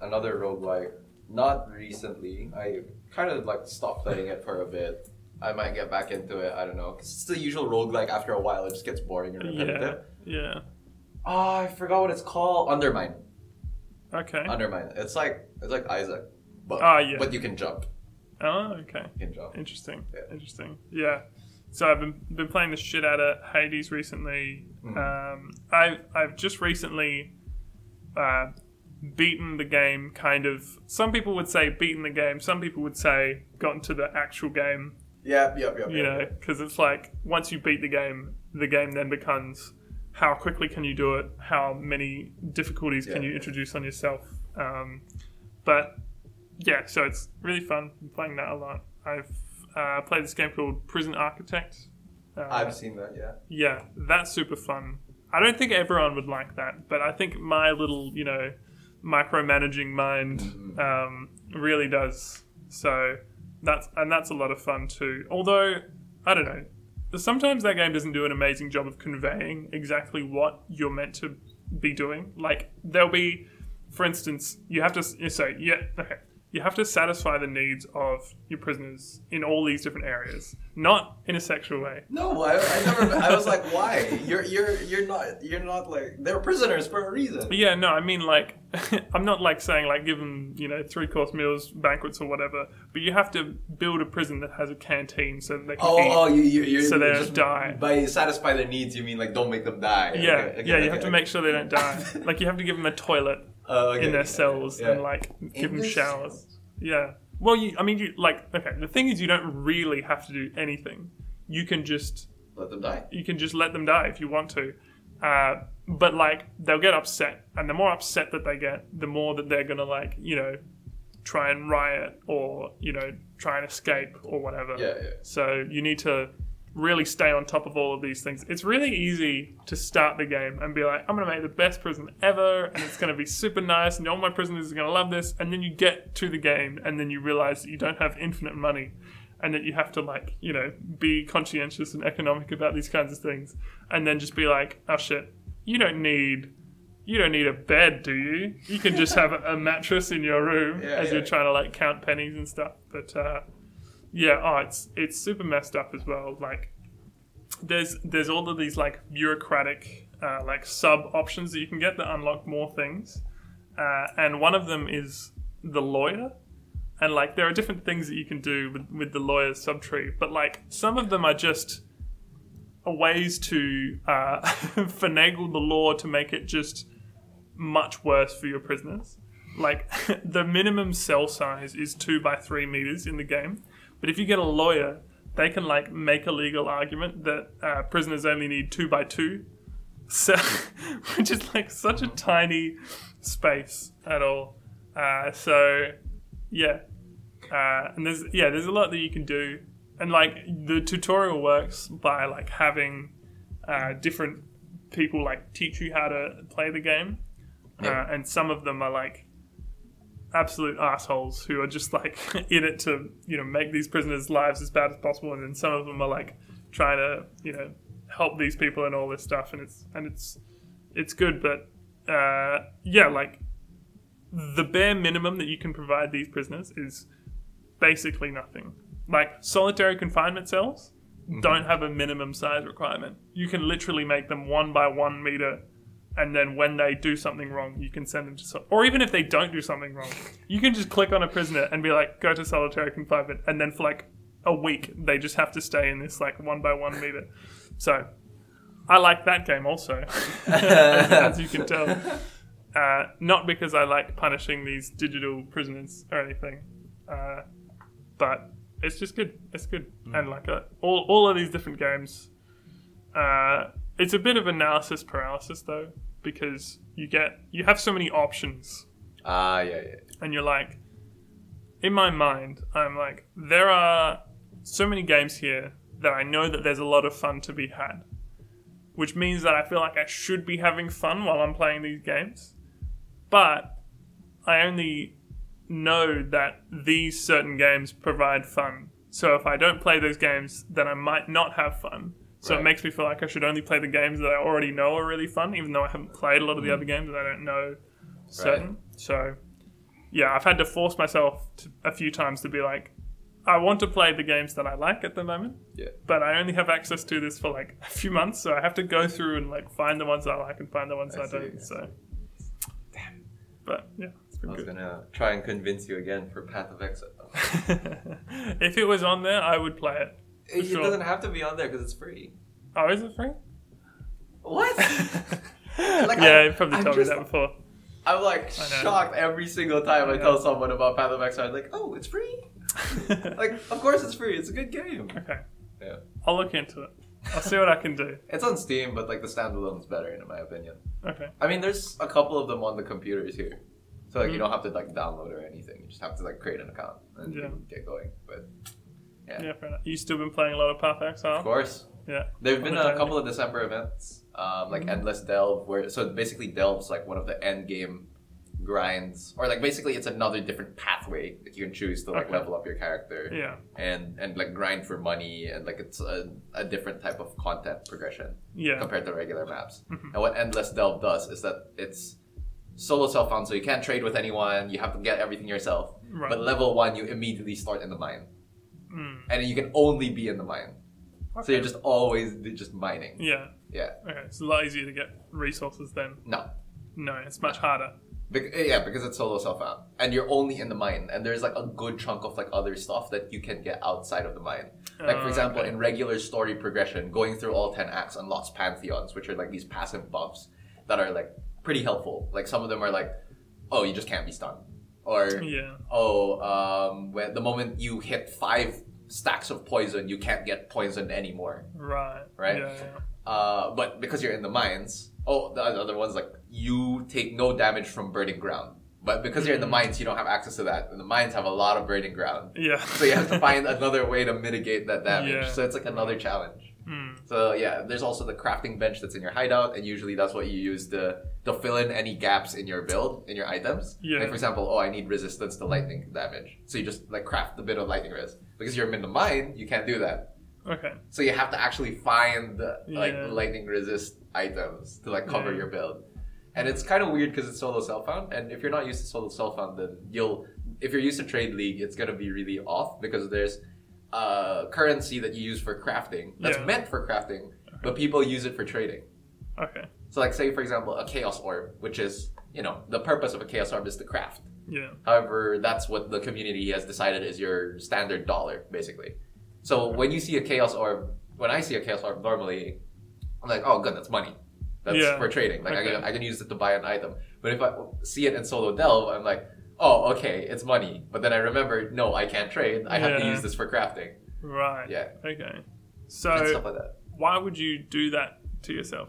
another roguelike, not recently. I kind of like stopped playing it for a bit. I might get back into it. I don't know. 'Cause it's the usual roguelike. After a while, it just gets boring and
Yeah,
repetitive.
yeah.
Ah, I forgot what it's called. Undermine.
Okay.
Undermine. It's like it's like Isaac, but
Ah, yeah.
but you can jump.
Oh, okay.
You can jump.
Interesting.
Yeah.
Interesting. Yeah. So I've been, been playing the shit out of Hades recently.
Mhm.
Um, I I've just recently uh, beaten the game. Kind of. Some people would say beaten the game. Some people would say gotten to the actual game.
Yep, yep, yep.
You
yep,
know,
yep.
because it's like once you beat the game, the game then becomes how quickly can you do it? How many difficulties can
Yeah.
you introduce on yourself? Um, but yeah, so it's really fun. I'm playing that a lot. I've uh, played this game called Prison Architect. Uh,
I've seen that. Yeah.
yeah, that's super fun. I don't think everyone would like that, but I think my little, you know, micromanaging mind um, really does. So that's and that's a lot of fun too. Although I don't know, sometimes that game doesn't do an amazing job of conveying exactly what you're meant to be doing. Like there'll be, for instance, you have to s- so yeah okay. You have to satisfy the needs of your prisoners in all these different areas, not in a sexual way.
No, I, I never. I was like, why? You're you're you're not you're not like they're prisoners for a reason.
Yeah, no, I mean like I'm not like saying like give them you know three course meals, banquets or whatever, but you have to build a prison that has a canteen so that they can
Oh,
eat.
oh, you you you're
So they
just
don't die.
By satisfy their needs, you mean like don't make them die.
yeah,
Okay, okay,
yeah, you
okay,
have to
okay.
make sure they don't die. like you have to give them a toilet
Oh, okay,
in their
okay,
cells
yeah.
and like give them
their
showers. Yeah. Well, you I mean you like okay, the thing is you don't really have to do anything. You can just
Let them die.
you can just let them die if you want to. Uh, but like they'll get upset, and the more upset that they get, the more that they're gonna like you know try and riot or you know try and escape or whatever.
Yeah, yeah.
So you need to really stay on top of all of these things. It's really easy to start the game and be like, I'm gonna make the best prison ever, and it's gonna be super nice, and all my prisoners are gonna love this. And then you get to the game, and then you realize that you don't have infinite money, and that you have to like, you know, be conscientious and economic about these kinds of things, and then just be like, oh shit, you don't need. You don't need a bed, do you? You can just have a a mattress in your room
Yeah,
as
yeah.
you're trying to like count pennies and stuff. But uh, yeah, oh, it's it's super messed up as well. Like, there's there's all of these like bureaucratic uh, like sub options that you can get that unlock more things, uh, and one of them is the lawyer, and like there are different things that you can do with with the lawyer subtree, but like some of them are just ways to uh, finagle the law to make it just much worse for your prisoners. Like the minimum cell size is two by three meters in the game, but if you get a lawyer, they can like make a legal argument that uh, prisoners only need two by two, so which is like such a tiny space at all. Uh, so yeah, uh, and there's yeah there's a lot that you can do, and like the tutorial works by like having uh, different people like teach you how to play the game
Yeah.
uh, and some of them are like absolute assholes who are just like in it to you know make these prisoners' lives as bad as possible, and then some of them are like trying to you know help these people and all this stuff, and it's and it's it's good, but uh, yeah, like the bare minimum that you can provide these prisoners is basically nothing. Like solitary confinement cells don't have a minimum size requirement. You can literally make them one by one meter, and then when they do something wrong, you can send them to. Sol- or even if they don't do something wrong, you can just click on a prisoner and be like, "Go to solitary confinement," and then for like a week, they just have to stay in this like one by one meter. So, I like that game also, as, as you can tell. Uh, not because I like punishing these digital prisoners or anything, uh, but it's just good. It's good, and like uh, all all of these different games, uh, it's a bit of analysis paralysis though, because you get you have so many options,
Ah, yeah, yeah.
and you're like, in my mind, I'm like, there are so many games here that I know that there's a lot of fun to be had, which means that I feel like I should be having fun while I'm playing these games. But I only know that these certain games provide fun. So if I don't play those games, then I might not have fun. So it
Right.
makes me feel like I should only play the games that I already know are really fun, even though I haven't played a lot of the other games and I don't know certain. So yeah, I've had to force myself to, a few times to be like, I want to play the games that I like at the moment,
Yeah.
but I only have access to this for like a few months, so I have to go through and like find the ones I like and find the ones I,
I see,
don't.
I
So, damn. But yeah, it's
I
been
was
good.
gonna try and convince you again for Path of Exile.
if it was on there, I would play it.
it
sure.
doesn't have to be on there because it's free.
Oh, is it free?
What?
yeah,
I-
you probably
I'm
told
just-
me that before.
I'm like
I know.
shocked every single time I,
I know.
tell someone about Path of Exile. Like, oh, it's free. Like, of course it's free. It's a good game.
okay,
Yeah,
I'll look into it. I'll see what I can do.
it's on Steam, but like the standalone's better in my opinion.
Okay.
I mean, there's a couple of them on the computers here, so like
Mhm.
you don't have to like download or anything. You just have to like create an account and you
Yeah.
can get going. But Yeah.
Yeah, fair enough. You still been playing a lot of Path
of
Exile?
course,
Yeah.
There've been
All the
a
time.
couple of December events, um, like
Mhm.
Endless Delve, where so basically Delve's like one of the end game grinds, or like basically it's another different pathway that you can choose to like
Okay.
level up your character
Yeah.
and and like grind for money and like it's a, a different type of content progression
Yeah.
compared to regular maps.
Mhm.
And what Endless Delve does is that it's solo self found, so you can't trade with anyone. You have to get everything yourself.
Right.
But level one, you immediately start in the mine,
Mm.
and you can only be in the mine. So
Okay.
you're just always just mining.
Yeah.
Yeah.
Okay. It's a lot easier to get resources then.
No.
No, it's much harder.
Bec- yeah, because it's solo self out, and you're only in the mine, and there's like a good chunk of like other stuff that you can get outside of the mine. Like
Uh,
for example,
okay.
in regular story progression, going through all ten acts unlocks pantheons, which are like these passive buffs that are like pretty helpful. Like some of them are like, oh, you just can't be stunned, or
Yeah.
oh, um, when the moment you hit five stacks of poison, you can't get poisoned anymore.
Right.
Right?
Yeah. yeah.
Uh, but because you're in the mines, oh, the other one's like you take no damage from burning ground. But because you're in the
Hmm.
mines, you don't have access to that. And the mines have a lot of burning ground.
Yeah.
So you have to find another way to mitigate that damage.
Yeah.
So it's like another challenge.
Hmm.
So yeah, there's also the crafting bench that's in your hideout, and usually that's what you use to to fill in any gaps in your build, in your items.
Yeah.
Like for example, oh, I need resistance to lightning damage, so you just like craft a bit of lightning resist. Because you're in the mine, you can't do that.
Okay.
So you have to actually find the, like
Yeah.
lightning resist items to like cover
Yeah.
your build. And it's kind of weird because it's solo self found, and if you're not used to solo self found, then you'll if you're used to trade league, it's gonna be really off because there's uh, currency that you use for crafting that's
Yeah.
meant for crafting, but people use it for trading.
Okay.
So like say for example a chaos orb, which is you know the purpose of a chaos orb is to craft.
Yeah.
However, that's what the community has decided is your standard dollar, basically. So when you see a chaos orb, when I see a chaos orb, normally I'm like, oh, good, that's money. That's
Yeah.
for trading. Like I, can,
Okay.
I can use it to buy an item. But if I see it in solo delve, I'm like, oh, okay, it's money. But then I remember, no, I can't trade. I have to
Yeah.
use this for crafting
Right.
Yeah.
Okay.
and
So
stuff like that.
why would you do that to yourself?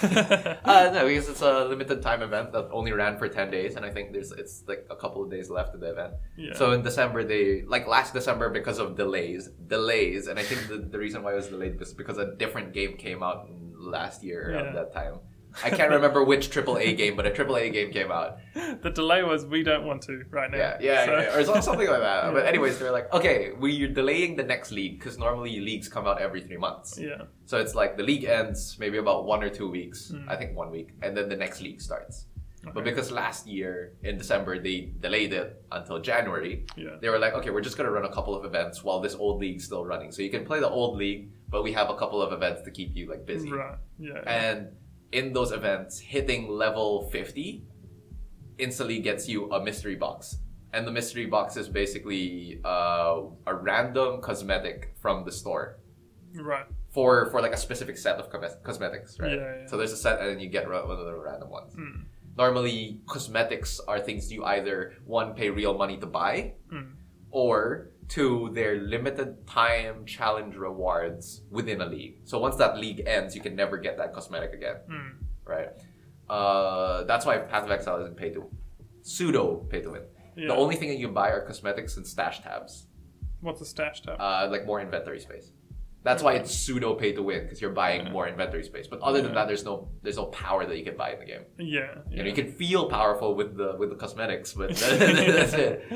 Uh, no, because it's a limited time event that only ran for ten days, and I think there's it's like a couple of days left of the event.
yeah.
So in December, they like last December because of delays, delays, and I think the, the reason why it was delayed was because a different game came out last year around
Yeah.
that time. I can't remember which AAA game, but a AAA game came out.
the delay was we don't want to right now.
Yeah, yeah,
So-
yeah, or so- something like that. But
Yeah.
anyways, they're like, okay, we're delaying the next league because normally leagues come out every three months.
Yeah.
So it's like the league ends maybe about one or two weeks.
Mm.
I think one week, and then the next league starts. But
Okay.
because last year in December they delayed it until January,
Yeah.
they were like, okay, we're just gonna run a couple of events while this old league's still running. So you can play the old league, but we have a couple of events to keep you like busy.
Right. Yeah.
And in those events, hitting level fifty instantly gets you a mystery box. And the mystery box is basically uh, a random cosmetic from the store
right.
for for like a specific set of cosme- cosmetics, right?
Yeah, yeah.
So there's a set, and then you get ra- one of the random ones.
Mm.
Normally, cosmetics are things you either one pay real money to buy,
Mm.
or two they're limited time challenge rewards within a league. So once that league ends, you can never get that cosmetic again,
Mm.
right? Uh, that's why Path of Exile isn't pay to pseudo pay to win.
Yeah.
The only thing that you buy are cosmetics and stash tabs,
What's a stash tab?
uh, like more uh, inventory space. That's why it's pseudo pay to win because you're buying more inventory space. But other than that, there's no there's no power that you can buy in the game.
Yeah.
You
Yeah.
know, you can feel powerful with the with the cosmetics, but that's it.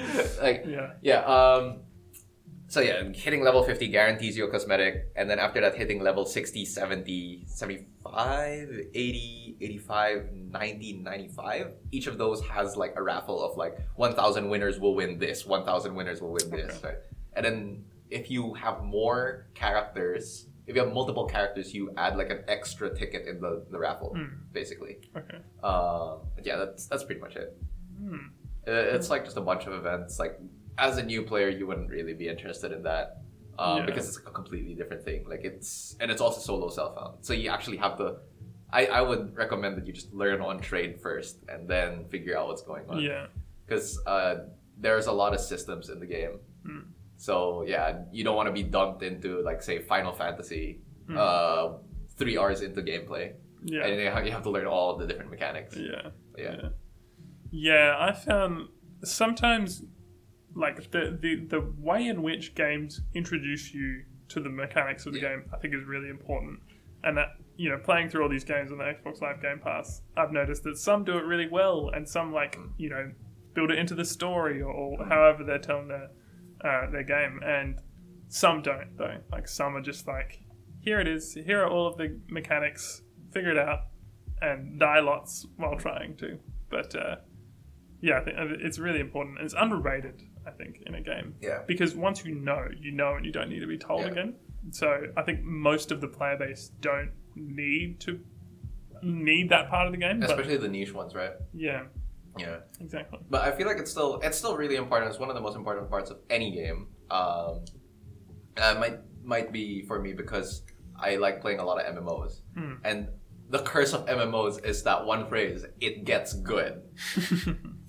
Like
yeah.
yeah. Um, so yeah, hitting level 50 guarantees you a cosmetic. And then after that, hitting level 60, 70, 75, 80, 85, 90, 95. Each of those has like a raffle of like 1,000 winners will win this, 1,000 winners will win this. right? And then if you have more characters, if you have multiple characters, you add like an extra ticket in the, the raffle, basically.
Hmm. Okay.
Um, but yeah, that's that's pretty much it.
Hmm.
Uh, It's like just a bunch of events. Like as a new player, you wouldn't really be interested in that um,
Yeah.
because it's a completely different thing. Like it's and it's also solo self found. So you actually have to. I, I would recommend that you just learn on trade first and then figure out what's going on
Yeah.
because uh, there's a lot of systems in the game.
Mm.
So yeah, you don't want to be dumped into like say Final Fantasy
Mm.
uh, three hours into gameplay,
Yeah.
and you have, you have to learn all the different mechanics.
Yeah.
yeah.
Yeah. Yeah, I found sometimes like the, the the way in which games introduce you to the mechanics of the
Yeah.
game, I think is really important. And that you know, playing through all these games on the Xbox Live Game Pass, I've noticed that some do it really well, and some like you know build it into the story or, or however they're telling their uh, their game, and some don't though. Like some are just like, here it is, here are all of the mechanics, figure it out, and die lots while trying to. But uh, yeah, I think uh, it's really important. and It's underrated, I think, in a game
Yeah.
because once you know, you know, and you don't need to be told
Yeah.
again. So I think most of the player base don't need to need that part of the game. But
especially the niche ones, right?
yeah,
Yeah.
exactly.
But I feel like it's still it's still really important. It's one of the most important parts of any game. Um, and it might might be for me because I like playing a lot of MMOs,
Mm.
and the curse of MMOs is that one phrase: it gets good.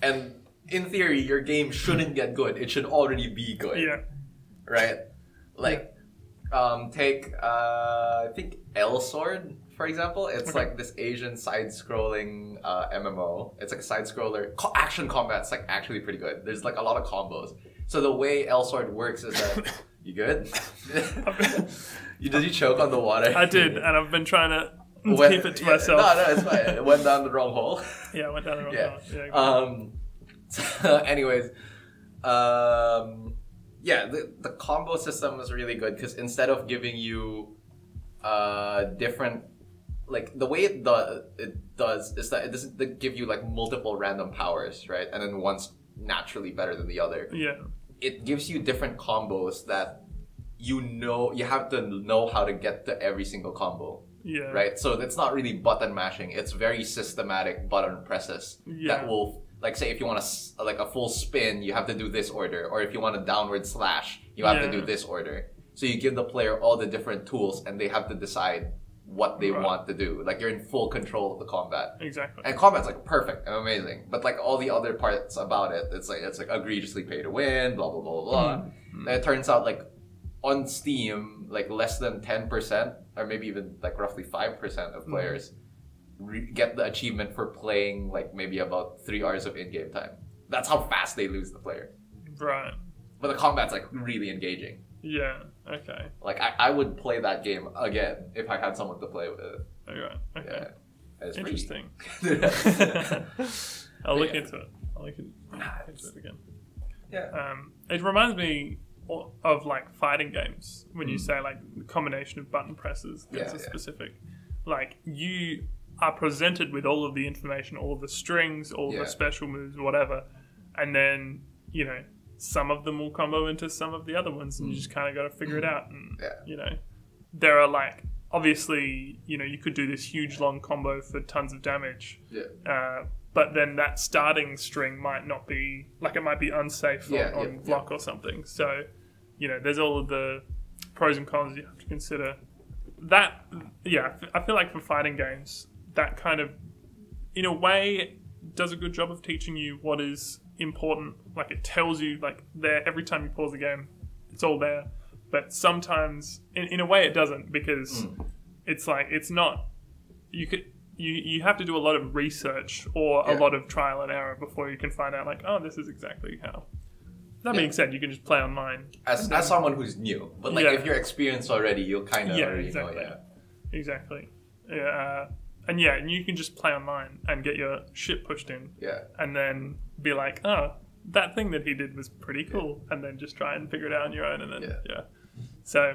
and in theory, your game shouldn't get good. It should already be good,
yeah,
right? Like, um, take uh, I think L Sword for example. It's
Okay.
like this Asian side-scrolling uh, MMO. It's like a side-scroller. Co- action combat's like actually pretty good. There's like a lot of combos. So the way L Sword works is that you good? you did you choke on the water?
I did, and I've been trying to
When-
keep it to
yeah,
myself.
No, no, it's fine. It went down the wrong hole.
Yeah, I went down the wrong
yeah.
path. Yeah,
Um, so anyways, um, yeah, the, the combo system is really good because instead of giving you uh, different, like the way it does, it does is that it doesn't th- give you like multiple random powers, right? And then one's naturally better than the other.
yeah,
It gives you different combos that you know you have to know how to get to every single combo
yeah,
right? So it's not really button mashing. It's very systematic button presses
Yeah.
that will, like, say if you want to like a full spin, you have to do this order, or if you want a downward slash, you have to
Yeah.
do this order. So you give the player all the different tools, and they have to decide what they
Right.
want to do. Like you're in full control of the combat.
Exactly.
And combat's like perfect and amazing, but like all the other parts about it, it's like it's like egregiously pay to win, blah blah blah blah blah. And it turns out like on Steam, like less than ten percent, or maybe even like roughly five percent of players re- get the achievement for playing like maybe about three hours of in-game time. That's how fast they lose the player.
Right.
But the combat's like really engaging.
Yeah. Okay.
Like I, I would play that game again if I had someone to play with.
All right. Okay.
Yeah, And it's free.
Interesting.
But
I'll look
yeah.
into it. I'll look in- look into it again.
yeah.
Um, it reminds me o- of like fighting games when you say like the combination of button presses that's
Mm. Yeah,
a
yeah.
specific. Like you are presented with all of the information, all the strings, all
Yeah.
the special moves, whatever, and then you know some of them will combo into some of the other ones, and you just kind of got to figure it out. And
Mm. Yeah.
you know, there are like obviously you know you could do this huge long combo for tons of damage,
Yeah.
uh, but then that starting string might not be like it might be unsafe
Yeah,
on, on
yeah,
block or something. So, you know, there's all of the pros and cons you have to consider. That, yeah, I f- I feel like for fighting games, that kind of, in a way, does a good job of teaching you what is important. Like it tells you, like there every time you pause the game, it's all there. But sometimes, in, in a way, it doesn't because
Mm.
it's like it's not you could you you have to do a lot of research or a
Yeah.
lot of trial and error before you can find out like oh this is exactly how That
Yeah.
being said, you can just play online.
as, as someone who's new. But like
Yeah.
if you're experienced already, you'll kind of
Yeah,
already know.
exactly.
Yeah.
Exactly. Yeah. Uh, and yeah, and you can just play online and get your shit pushed in,
Yeah.
and then be like, oh, that thing that he did was pretty cool, and then just try and figure it out on your own, and then yeah.
Yeah.
So,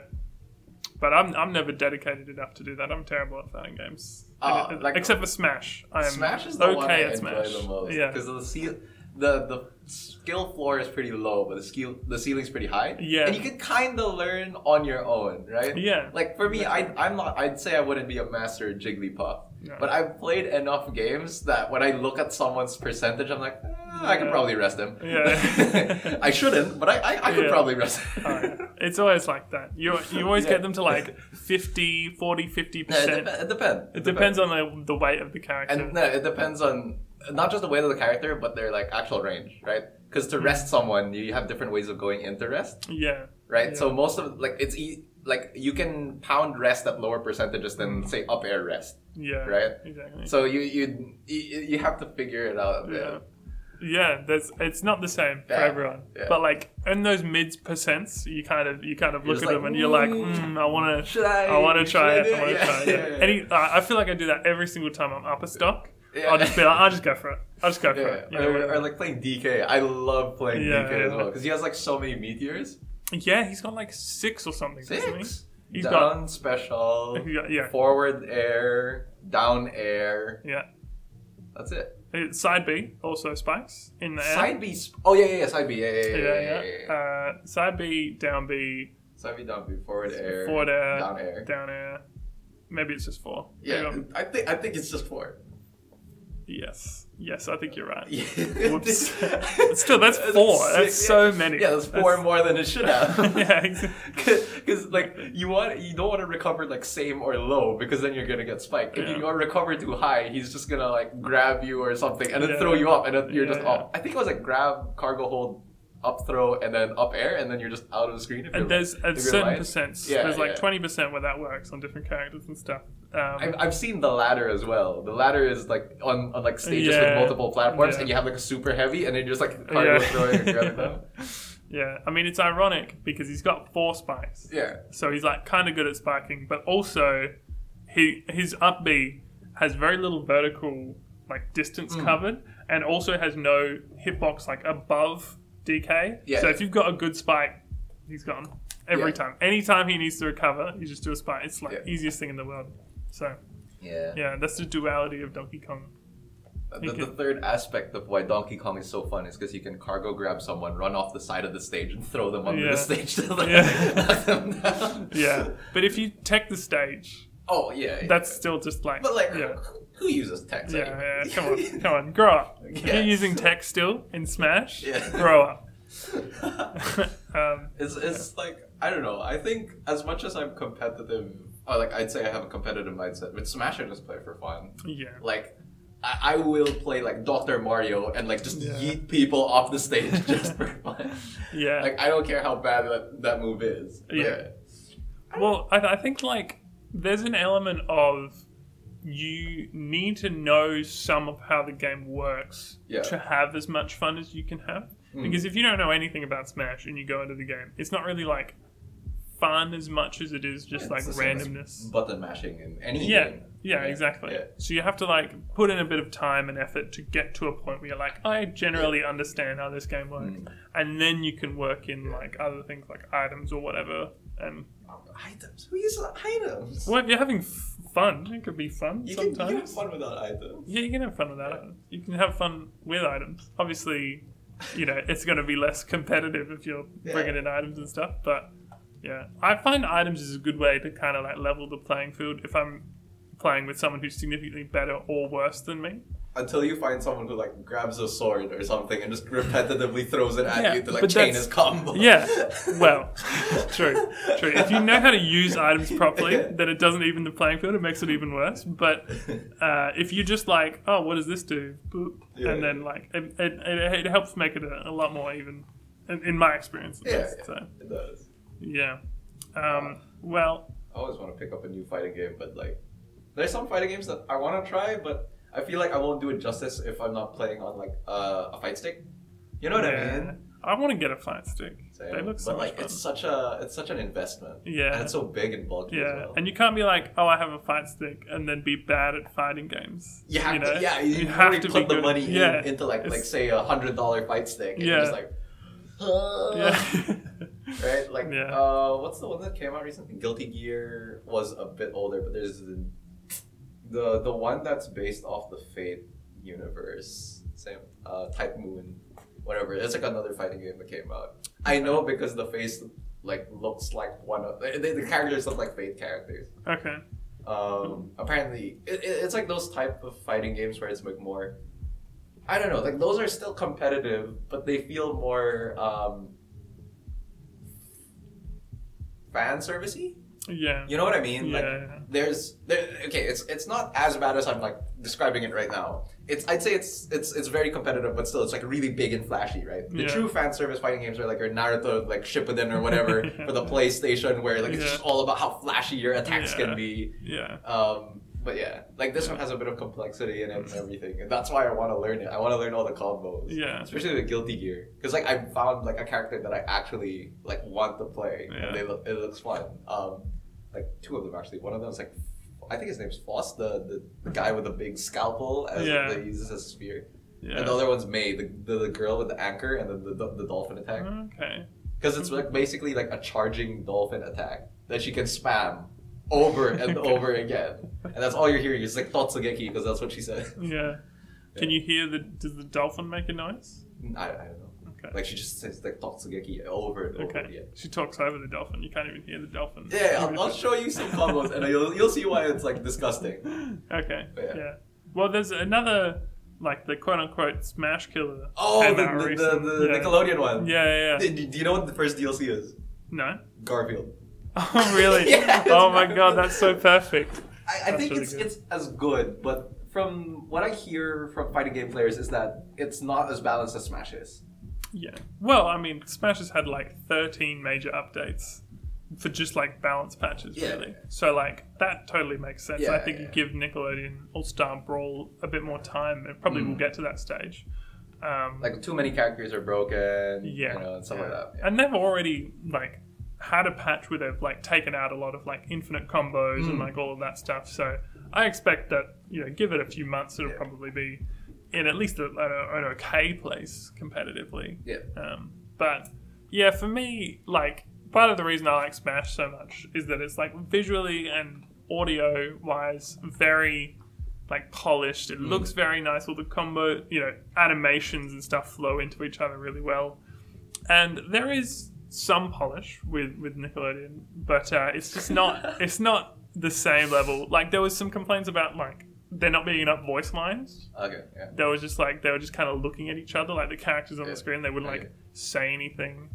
but I'm I'm never dedicated enough to do that. I'm terrible at fighting games,
Ah,
And-
like-
except for Smash. I am
Smash is the
okay
one I
at
enjoy
Smash.
the most.
Yeah.
Because the ceil- the the skill floor is pretty low, but the skill the ceiling's pretty high.
Yeah.
And you can kind of learn on your own, right?
Yeah.
Like for me, I I'm not. I'd say I wouldn't be a master at Jigglypuff.
No.
But I've played enough games that when I look at someone's percentage, I'm like, "Ah, I could
Yeah.
probably rest them.
Yeah.
I shouldn't, but I, I, I could
Yeah.
probably rest
Oh, yeah. It's always like that. You, you always
Yeah.
get them to like 50, 40, 50%.
No, it,
it,
dep- it depends.
depends on the, the weight of the character.
And no, it depends on not just the weight of the character, but their like actual range, right? Because
Hmm.
to rest someone, you have different ways of going into rest,
yeah.
right?
Yeah.
So most of like it's e- like you can pound rest at lower percentages
Hmm.
than say up air rest.
Yeah.
right?
Exactly.
So you you you, you have to figure it out. a bit.
Yeah. yeah, that's it's not the same for
Yeah.
everyone.
Yeah.
But like in those mids percents, you kind of you kind of
You're
look at
just
them
like,
and you're like,
"Mm,
mm, I want to,
should I-
I want to try
should I
it,
do
I
it?"
want to
Yeah,
try it.
yeah,
Yeah.
yeah.
Any, I I feel like I do that every single time I'm up a stock.
Yeah.
I'll just be like, I'll just go for it. I'll just go for
Yeah,
it. You know,
or,
whatever.
or like playing DK. I love playing
Yeah,
DK
yeah.
as well because he has like so many meteors.
yeah, he's got like six or something. doesn't he?
Six.
He's
down
got-
special.
He's got- yeah.
Forward air. Down air.
Yeah.
That's it.
Uh, Side B also spikes in the air.
Side B. Sp- oh yeah, yeah, yeah. Side B. Yeah, yeah, yeah.
yeah,
yeah, yeah, yeah,
yeah. Uh, side B, down B,
Side B, down B. Forward air.
forward air,
Down air.
down air. Maybe it's just four. Maybe
Yeah,
I'm-
I think I think it's just four.
Yes. Yes, I think you're right.
Whoops.
Still, that's four. That's so many.
Yeah, that's four
That's-
more than it should have.
Yeah, exactly.
Because like you want you don't want to recover like same or low because then you're gonna get spiked. If
Yeah.
you go recover too high, he's just gonna like grab you or something and then
Yeah.
throw you up and then you're just
Yeah.
off. I think it was like grab, cargo hold, up throw, and then up air, and then you're just out of the screen. If you're,
And there's
if you're
a certain
light.
percents.
Yeah,
there's like
yeah.
twenty percent where that works on different characters and stuff. Um,
I've, I've seen the ladder as well. The ladder is like on, on like stages
Yeah.
with multiple platforms,
Yeah.
and you have like a super heavy, and then you're just like cargo
Yeah.
throwing and grabbing them.
yeah, I mean it's ironic because he's got four spikes.
Yeah,
So he's like kind of good at spiking, but also he his up B has very little vertical like distance
Mm.
covered, and also has no hitbox like above DK.
Yeah.
So if you've got a good spike, he's gone every
Yeah.
time. Anytime he needs to recover, you just do a spike. It's like
Yeah.
easiest thing in the world. So
yeah.
yeah, that's the duality of Donkey Kong.
The, the third aspect of why Donkey Kong is so fun is because you can cargo grab someone, run off the side of the stage, and throw them onto
Yeah.
the stage to like,
Yeah.
knock them down.
Yeah, but if you tech the stage,
Oh yeah. yeah.
that's still just like
But like,
yeah.
who uses text?
Yeah,
anyway?
yeah, come on, come on, grow up. If
Yeah.
you're using tech still in Smash,
Yeah.
grow up. um,
It's it's like I don't know. I think as much as I'm competitive, or like I'd say I have a competitive mindset. With Smash, I just play for fun.
yeah,
Like. I I will play like Doctor Mario and like just
Yeah.
yeet people off the stage just for fun.
yeah.
Like I don't care how bad that, that move is. But
Yeah. well, I, I think like there's an element of you need to know some of how the game works
Yeah. Hmm.
to have as much fun as you can have. Because if you don't know anything about Smash and you go into the game, it's not really like fun as much as it is just
It's
like
the same as
randomness.
button mashing in any
Yeah,
game.
yeah, exactly.
Yeah.
So you have to like put in a bit of time and effort to get to a point where you're like, I generally understand how this game works,
Mm.
and then you can work in like other things like items or whatever. And
Items. Who uses items?
well, if you're having f- fun, it could be fun
You can, you
sometimes.
can have fun without items.
Yeah, you can have fun with that. You can have fun with items. Obviously, you know it's going to be less competitive if you're
Yeah.
bringing in items and stuff. But yeah, I find items is a good way to kind of like level the playing field. If I'm playing with someone who's significantly better or worse than me,
Until you find someone who like grabs a sword or something and just repetitively throws it at
Yeah,
you to like
but
chain
that's-
his combo.
yeah. Well, true, true. If you know how to use items properly,
Yeah.
then it doesn't even the playing field. It makes it even worse. But uh, if you just like, oh, what does this do? Boop,
Yeah.
and then like it, it, it, it helps make it a, a lot more even, in, in my experience. at
Yeah,
least.
yeah.
So
It does.
yeah. Um, well,
I always want to pick up a new fighting game, but like, there's some fighting games that I want to try, but I feel like I won't do it justice if I'm not playing on like uh, a fight stick. You know what
Yeah.
I mean?
I want to get a flat stick.
Same.
They look so
but like
much fun.
it's such a it's such an investment.
Yeah.
And it's so big and bulky as
yeah,
well.
and you can't be like, oh, I have a fight stick, and then be bad at fighting games.
you have
know?
to, yeah, you, have to put the
good.
money
yeah,
in, into like like
it's-
say a hundred dollar fight stick, and
Yeah.
you're just like, "Ugh."
yeah.
right? Like,
Yeah.
uh, what's the one that came out recently? Guilty Gear was a bit older, but there's the the, the one that's based off the Fate universe, same uh, Type Moon, whatever. It's like another fighting game that came out. I know because the face like looks like one of the, the characters look like Fate characters.
okay.
Um, apparently, it, it, it's like those type of fighting games where it's like more. I don't know, like those are still competitive, but they feel more um, fan servicey.
Yeah.
You know what I mean? Like
Yeah.
there's there, okay, it's it's not as bad as I'm like describing it right now. It's I'd say it's it's it's very competitive, but still it's like really big and flashy, right? The
Yeah.
true fan service fighting games are like your Naruto, like Shippuden or whatever for the PlayStation, where like it's
Yeah.
just all about how flashy your attacks
Yeah.
can be.
Yeah.
Um, but yeah, like this one has a bit of complexity in it and everything, and that's why I want to learn it. I want to learn all the combos,
Yeah.
especially the Guilty Gear, because like I found like a character that I actually like want to play,
Yeah.
and they look, it looks fun. Um, like two of them actually. One of them is like, I think his name's Foss, the, the, the guy with the big scalpel as
Yeah.
that he uses as a spear,
Yeah.
and the other one's May, the, the, the girl with the anchor and the the, the dolphin attack,
Okay.
because it's like basically like a charging dolphin attack that she can spam over and over again. And that's all you're hearing is like Totsugeki because that's what she said.
Yeah. Can you hear the? Does the dolphin make a noise?
I, I don't know.
Okay.
Like she just says like Totsugeki over and over
okay.
again.
She talks over the dolphin. You can't even hear the dolphin.
Yeah, I'll, I'll show you some combos and you'll, you'll see why it's like disgusting.
Okay. Yeah.
Yeah.
Well, there's another, like the quote unquote smash killer.
Oh,
came
the,
out
the, the,
recent-
the
yeah.
Nickelodeon one.
Yeah, yeah, yeah.
Do, do you know what the first DLC is?
No.
Garfield.
Oh, really?
Yeah,
oh
it's
my
not-
god, that's so perfect.
I, I
That's
think
really
it's
good.
it's as good, but from what I hear from fighting game players is that it's not as balanced as Smash is.
Yeah. Well, I mean, Smash has had like 13 major updates for just like balance patches,
Yeah.
really. So, like, that totally makes sense.
Yeah,
I think
yeah.
you give Nickelodeon All Star Brawl a bit more time, and probably will get to that stage. Um,
Mm. Like too many characters are broken,
yeah,
you know, and stuff like that. Yeah.
And they've already like had a patch where they've like taken out a lot of like infinite combos
Mm.
and like all of that stuff. So I expect that you know, give it a few months, it'll
Yeah.
probably be in at least a, an, an okay place competitively.
Yeah.
Um, but yeah, for me, like part of the reason I like Smash so much is that it's like visually and audio wise very like polished. It looks very nice. All the combo, you know, animations and stuff flow into each other really well. And there is some polish with with Nickelodeon, but uh, it's just not it's not the same level. Like there was some complaints about like there not being enough voice lines
Okay. Yeah.
they were just like they were just kind of looking at each other like the characters on
Yeah.
the screen they wouldn't
Yeah,
like say anything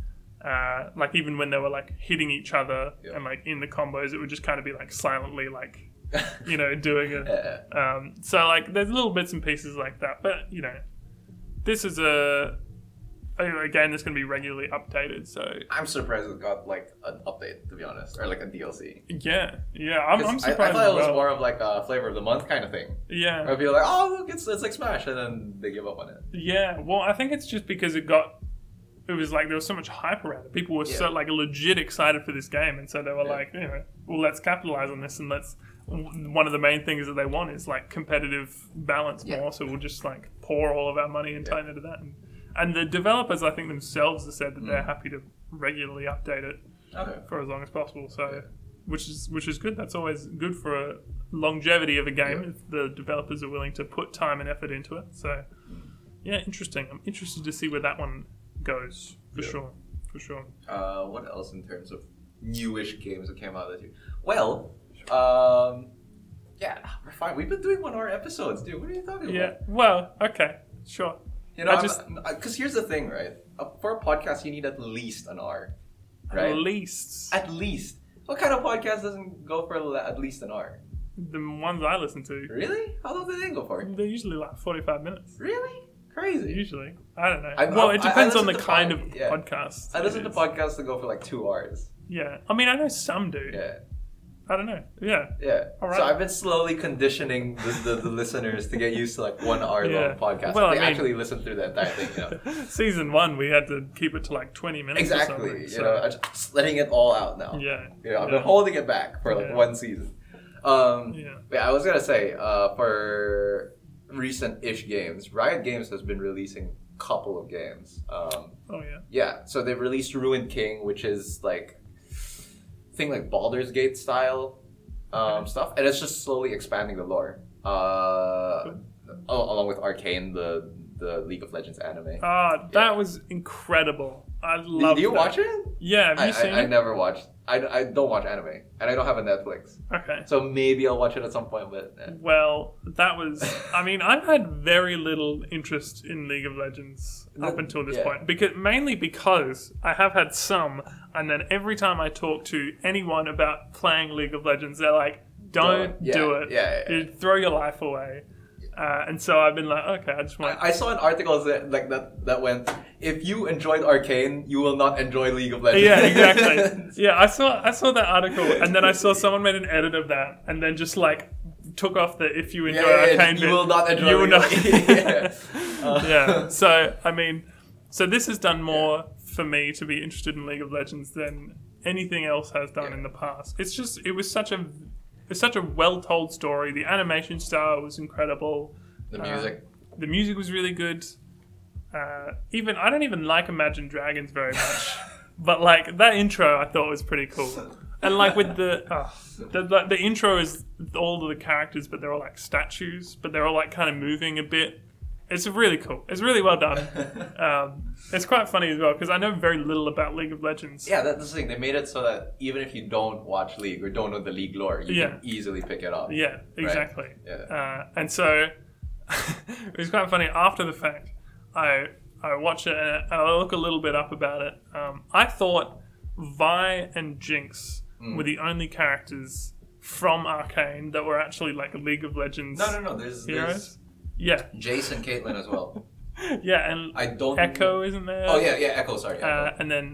uh, like even when they were like hitting each other
Yeah.
and like in the combos it would just kind of be like silently like you know doing it
Yeah.
um, so like there's little bits and pieces like that but you know this is a oh, a- a game that's going to be regularly updated so
I'm surprised it got like an update, to be honest, or like a DLC.
yeah yeah i'm,
'Cause
I'm
I,
surprised
I thought it
as
was
well.
more of like a flavor of the month kind of thing.
yeah
I'd be like, oh look, it's it's like Smash, and then they give up on it.
Yeah, well, I think it's just because it got. It was like there was so much hype around it. People were so
Yeah.
like legit excited for this game, and so they were
Yeah.
like, you know, well, let's capitalize on this, and let's. w- One of the main things that they want is like competitive balance
Yeah.
more. So we'll just like pour all of our money and time into that. And, and the developers, I think themselves, have said that
Mm.
they're happy to regularly update it
Okay.
for as long as possible. So,
Yeah.
which is which is good. That's always good for a longevity of a game
Yeah.
if the developers are willing to put time and effort into it. So, yeah, interesting. I'm interested to see where that one goes for
Yeah.
sure. For sure.
Uh, what else in terms of newish games that came out this year? Well, um, yeah, we're fine. We've been doing one hour episodes, dude. What are you talking
Yeah.
about?
Well. Okay. Sure.
You know,
I
I
just-
just because here's the thing, right? Uh, For a podcast, you need at least an hour, right?
At least
At least. What kind of podcast doesn't go for le- at least an hour?
the ones I listen to,
Really? How long do they go for?
they're usually like 45 minutes.
Really? Crazy.
Usually, I don't know.
I-
well,
I-
it
I- I
depends on the
listen to
kind
pod-
of
yeah.
podcast.
I listen to
podcasts.
podcasts that go for like two hours.
Yeah. I mean, I know some do.
Yeah.
I don't know. Yeah.
Yeah.
All right.
So I've been slowly conditioning the, the, the listeners to get used to like one hour
Yeah.
long podcast.
Well,
they
I mean-
actually listen through the entire thing, you know.
Season one, we had to keep it to like 20 minutes. Or something,
exactly. You
so-
know, I'm just letting it all out now.
yeah.
You know, I've
Yeah.
been holding it back for like
Yeah.
one season. Um,
Yeah.
I was gonna say uh, for recent-ish games, Riot Games has been releasing a couple of games. Um,
Oh yeah.
yeah, so they've released Ruined King, which is like thing like Baldur's Gate style um, stuff, and it's just slowly expanding the lore, uh, al- along with Arcane, the the League of Legends anime.
Ah, that was incredible. I
Do,
love.
do you
that.
watch it?
Yeah. Have you
I,
seen
I, I
it?
never watched. I, I don't watch anime, and I don't have a Netflix,
Okay.
so maybe I'll watch it at some point. But eh.
Well, that was. I mean, I've had very little interest in League of Legends up
The-
until this
yeah.
point, because mainly because I have had some, and then every time I talk to anyone about playing League of Legends, they're like, "Don't
Yeah,
do it.
yeah, yeah, yeah.
You throw your life away." Uh, and so I've been like, "Okay, I just want."
I, I saw an article that like that that went. If you enjoyed Arcane, you will not enjoy League of Legends.
yeah, exactly. Yeah, I saw I saw that article, and then I saw someone made an edit of that, and then just like took off the if you enjoy
Yeah, yeah, yeah,
arcane,
you
bit,
will not enjoy
you will not.
it.
yeah. So I mean, so this has done more for me to be interested in League of Legends than anything else has done
Yeah.
in the past. It's just it was such a it's such a well told story. The animation style was incredible.
the
Uh,
music.
The music was really good. Uh, even I don't even like Imagine Dragons very much, but like that intro, I thought was pretty cool. And like with the, oh, the like, the intro is all of the characters, but they're all like statues, but they're all like kind of moving a bit. It's really cool. It's really well done. Um, it's quite funny as well because I know very little about League of Legends.
yeah, that's the thing. They made it so that even if you don't watch League or don't know the League lore, you
Yeah.
can easily pick it up.
Yeah, exactly.
Yeah.
Uh, and so it was quite funny. After the fact, I I watch it and I look a little bit up about it. Um, I thought Vi and Jinx
Mm.
were the only characters from Arcane that were actually like League of Legends
No, no, no. There's,
heroes.
there's
Yeah,
Jason, Caitlyn as well.
yeah, and
I don't.
Echo isn't there?
Oh yeah, yeah. Echo. Sorry. Echo.
Uh, and then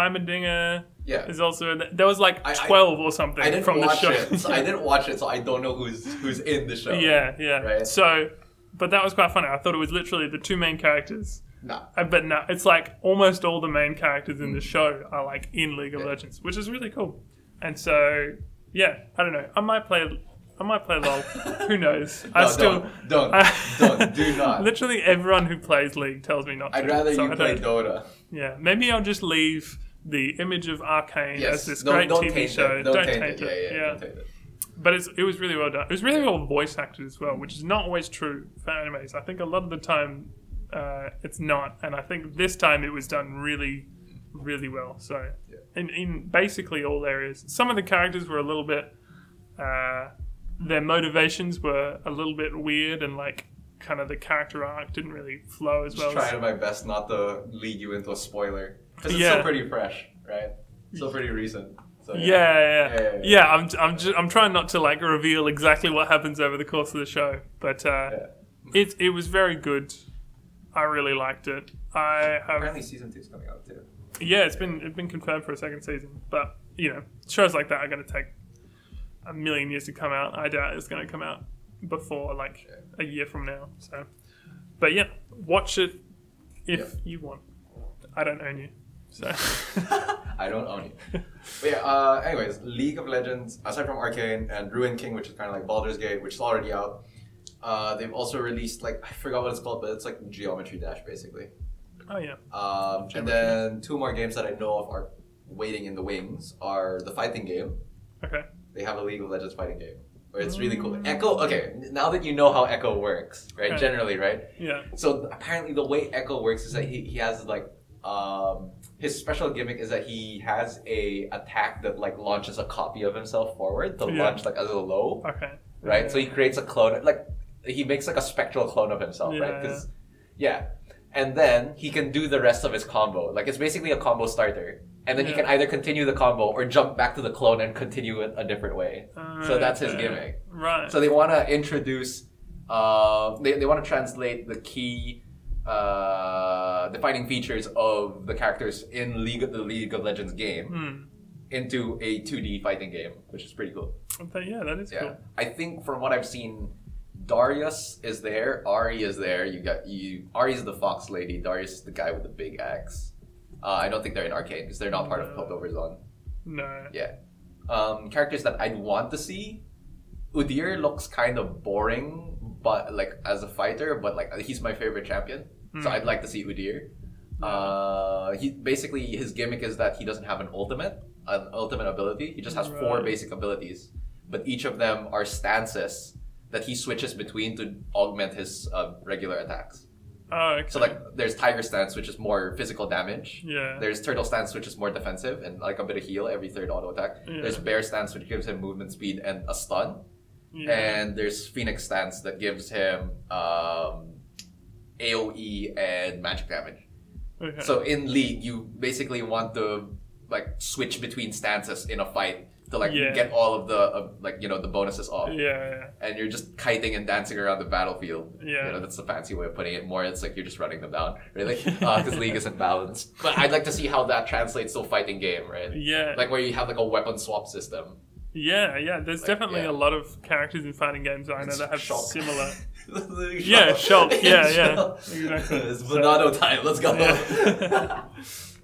Heimerdinger
yeah.
is also there. There was like
I- I-
twelve or something
I didn't
from
watch
the show.
it. So I didn't watch it, so I don't know who's who's in the show.
Yeah, yeah.
Right.
So, but that was quite funny. I thought it was literally the two main characters.
Nah.
Uh, But no, it's like almost all the main characters in the show are like in League of
Yeah.
Legends, which is really cool. And so, yeah, I don't know. I might play. I might play LOL. Who knows?
No,
I still
don't, don't, don't, do not.
Literally, everyone who plays League tells me not to.
I'd rather
so
you
I
play
don't-
Dota.
Yeah, maybe I'll just leave the image of Arcane
Yes.
as this
don't,
great
don't
TV
taint
show.
It. Don't, taint, it. Yeah, yeah. Don't taint it.
But it's, it was really well done. It was really well voice acted as well, which is not always true for animes. I think a lot of the time uh, it's not, and I think this time it was done really, really well. So,
Yeah.
in, in basically all areas, some of the characters were a little bit, uh, their motivations were a little bit weird, and like kind of the character arc didn't really flow as
Just
well.
trying my best not to lead you into a spoiler because it's
Yeah.
still pretty fresh, right? Still pretty recent. So,
yeah, yeah, yeah.
Yeah, yeah, yeah.
Yeah, I'm, I'm, just, I'm trying not to like reveal exactly what happens over the course of the show, but uh,
Yeah.
it it was very good. I really liked it. I have
Apparently, season two's coming out too.
yeah, it's been it's been confirmed for a second season, but you know, shows like that are going to take a million years to come out. I doubt it's going to come out before like a year from now. So, but yeah, watch it if
Yeah.
you want. I don't own you, so
I don't own it. But yeah, uh, anyways, League of Legends, aside from Arcane and Ruin King, which is kind of like Baldur's Gate, which is already out, uh, they've also released, like, I forgot what it's called, but it's like Geometry Dash, basically.
oh yeah,
Um,
Geometry
and then two more games that I know of are waiting in the wings are the fighting game.
okay,
They have a League of Legends fighting game. Where it's really cool.
Mm.
Echo, okay, n- now that you know how Echo works, right?
Okay.
Generally, right?
yeah,
So apparently, the way Echo works is that he, he has like um, his special gimmick is that he has a attack that like launches a copy of himself forward to
Yeah.
launch like a little low,
okay,
right? So
Yeah.
he creates a clone, like he makes like a spectral clone of himself, right?
Yeah.
Because yeah, and then he can do the rest of his combo. Like it's basically a combo starter. And then he
Yeah.
can either continue the combo or jump back to the clone and continue it a different way. so that's his
Okay.
gimmick.
right?
So they want to introduce, uh, they, they want to translate the key uh, defining features of the characters in League of the League of Legends game
Hmm.
into a 2D fighting game, which is pretty cool.
But yeah, that is
Yeah,
cool.
I think from what I've seen, Darius is there, Ari is there. You got you. Ari's the fox lady. Darius is the guy with the big axe. Uh, I don't think they're in arcade because they're not part of
No.
Hopeover Zone.
No.
Yeah. Um, characters that I'd want to see. Udyr looks kind of boring, but like as a fighter, but like he's my favorite champion, so
Hmm.
I'd like to see Udyr. Uh, he basically his gimmick is that he doesn't have an ultimate, an ultimate ability. He just has four
Right.
basic abilities, but each of them are stances that he switches between to augment his uh, regular attacks.
Oh, okay.
So like there's tiger stance, which is more physical damage.
yeah.
There's turtle stance, which is more defensive and like a bit of heal every third auto attack.
Yeah.
There's bear stance, which gives him movement speed and a stun.
yeah.
And there's phoenix stance that gives him um, AOE and magic damage.
okay.
So in league, you basically want to like switch between stances in a fight to like
Yeah.
get all of the uh, like you know the bonuses off.
yeah, yeah,
And you're just kiting and dancing around the battlefield.
Yeah.
You know, that's the fancy way of putting it. More, it's like you're just running them down, really, because League isn't balanced. But I'd like to see how that translates to a fighting game, right?
yeah,
Like where you have like a weapon swap system.
yeah, yeah. There's
like,
definitely
yeah.
a lot of characters in fighting games that I know that have
Shock.
similar.
yeah,
Yeah, shock. Yeah, yeah. Exactly.
It's Venado time. Let's go.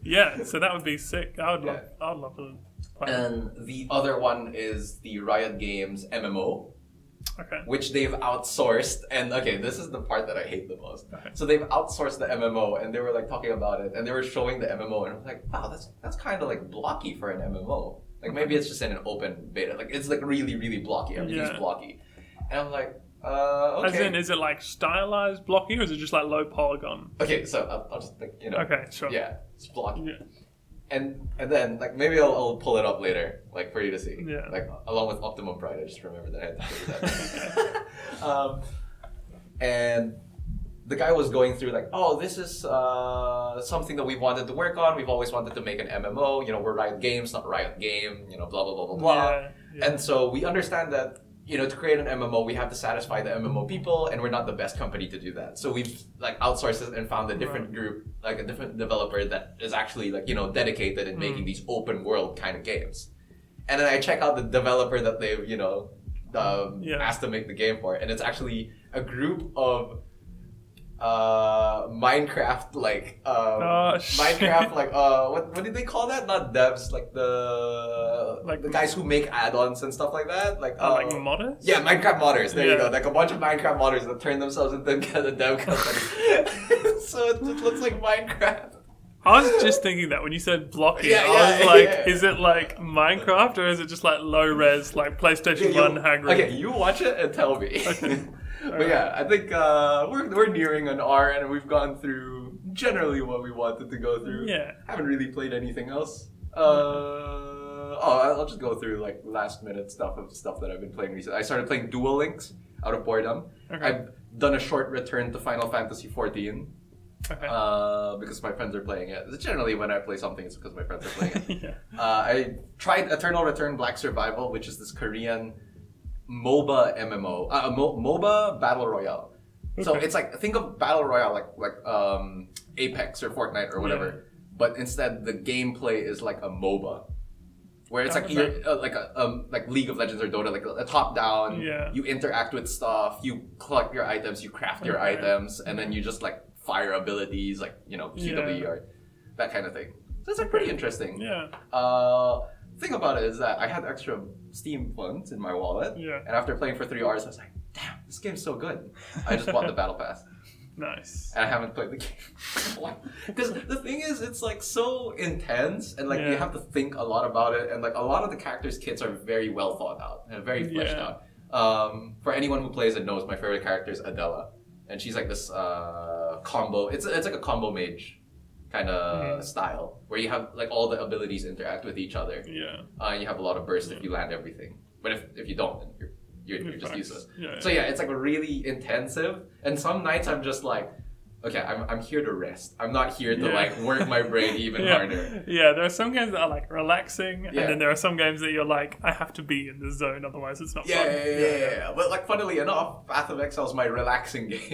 Yeah. Yeah, so that would be sick. I would love, I would love to play.
and the other one is the Riot Games MMO.
okay.
which they've outsourced. And okay, this is the part that I hate the most.
Okay.
So they've outsourced the MMO, and they were like talking about it, and they were showing the MMO, and I was like, wow, that's that's kind of like blocky for an MMO. Like maybe it's just in an open beta. Like it's like really, really blocky. Everything's
Yeah.
blocky. And I'm like, uh,
As
okay.
in, is it like stylized blocking or is it just like low polygon?
okay, so I'll, I'll just like you know,
Okay, sure.
yeah, it's blocky.
Yeah.
And and then like maybe I'll, I'll pull it up later, like for you to see.
Yeah.
Like along with Optimum Pride, I just remember that I had to do that. um, and the guy was going through like, oh, this is uh, something that we wanted to work on. We've always wanted to make an MMO. You know, we're Riot Games, not Riot Game. You know, blah blah blah blah blah.
Yeah, yeah.
And so we understand that you know to create an MMO, we have to satisfy the MMO people, and we're not the best company to do that. So we've like outsourced it and found a different group, like a different developer that is actually like you know dedicated
Mm.
in making these open world kind of games. And then I check out the developer that they've you know um,
Yeah.
asked to make the game for, and it's actually a group of uh minecraft like um,
Oh, shit.
minecraft like uh what, what did they call that not devs like the
Like-
the guys who make add-ons and stuff like that like
Oh, like
uh,
modders?
yeah minecraft modders there you
Yeah.
go like a bunch of minecraft modders that turn themselves into a dev company so it just looks like minecraft
I was just thinking that when you said blocking,
Yeah,
I was
yeah,
like,
yeah.
is it like Minecraft or is it just like low res, like PlayStation
You-
1 high res?
okay you watch it and tell me
Okay.
but yeah i think uh we're, we're nearing an r and we've gone through generally what we wanted to go through
Yeah.
haven't really played anything else. Uh, oh, I'll I'll just go through like last minute stuff of stuff that I've been playing recently. I started playing Duel Links out of boredom.
Okay.
I've done a short return to Final Fantasy XIV
Okay.
uh, because my friends are playing it. Generally, when I play something, it's because my friends are playing it.
yeah.
Uh, I tried Eternal Return Black Survival, which is this Korean MOBA MMO, uh, Mo- MOBA battle royale. So
Okay.
it's like think of battle royale like like um, Apex or Fortnite or whatever, but instead the gameplay is like a MOBA, where it's
Oh,
like
okay.
you're, uh, like a um, like League of Legends or Dota, like a, a top down.
Yeah.
You interact with stuff, you collect your items, you craft your
Okay.
items, and then you just like fire abilities like you know QW
Yeah.
or that kind of thing. So it's like pretty interesting.
Yeah.
Uh, thing about it is that I had extra Steam funds in my wallet,
Yeah.
and after playing for three hours, I was like, "Damn, this game's so good!" I just bought the Battle Pass,
Nice.
and I haven't played the game. Because the thing is, it's like so intense, and like you
Yeah.
have to think a lot about it, and like a lot of the characters' kits are very well thought out and very fleshed
Yeah.
out. Um, for anyone who plays it knows, my favorite character is Adela, and she's like this uh, combo. It's it's like a combo mage kind of
Mm-hmm.
style where you have like all the abilities interact with each other
Yeah.
uh, and you have a lot of bursts if you land everything. But if, if you don't, then you're, you're, you're
You're
just
fucked.
useless.
Yeah,
So yeah, it's like really intensive. And some nights I'm just like, okay, I'm, I'm here to rest. I'm not here to
Yeah.
like work my brain even
yeah.
harder.
Yeah, there are some games that are like relaxing,
Yeah.
and then there are some games that you're like, I have to be in the zone, otherwise it's not
Yeah,
fun.
yeah, yeah, yeah, yeah. But like, funnily enough, Path of Exile is my relaxing game.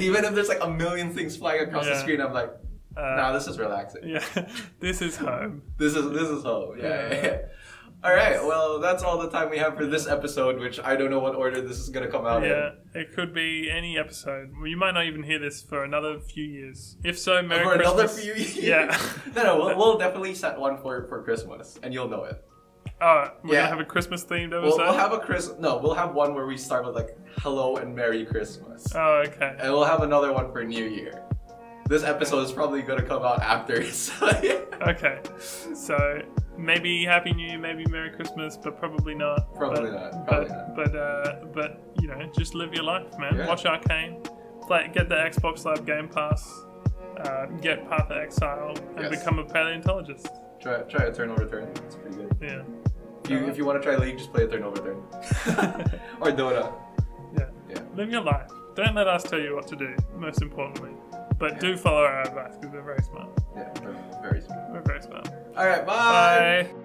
even if there's like a million things flying across the
Yeah.
screen, I'm like,
Uh,
Nah, this is relaxing.
yeah, this is home.
This is this is home. Yeah.
Yeah.
yeah, yeah. All right. Well, that's all the time we have for this episode, which I don't know what order this is gonna come out
Yeah, it could be any episode. Well, you might not even hear this for another few years. If so,
in.
Merry
For
Christmas.
another few years.
Yeah.
no, no. We'll, we'll definitely set one for for Christmas, and you'll know it.
Oh, we're
Yeah.
gonna have a Christmas themed
We'll,
episode.
we'll have a Chris. No, we'll have one where we start with like "Hello" and "Merry Christmas,"
oh, okay.
and we'll have another one for New Year. This episode is probably gonna come out after. So
Okay. So maybe Happy New Year, maybe Merry Christmas, but probably not.
Probably
but,
not, probably
but, But uh, but you know, just live your life, man.
Yeah.
Watch Arcane, play, get the Xbox Live Game Pass, uh, get Path of Exile, and
Yes.
become a paleontologist.
try try Eternal Return. It's pretty good.
Yeah.
If you, if you want to try League, just play Eternal Return or Dota.
Yeah.
Yeah.
Live your life. Don't let us tell you what to do. Most importantly, but do follow our advice because we're very smart.
Yeah, very- very smooth.
We're very smart.
All right, bye.
Bye.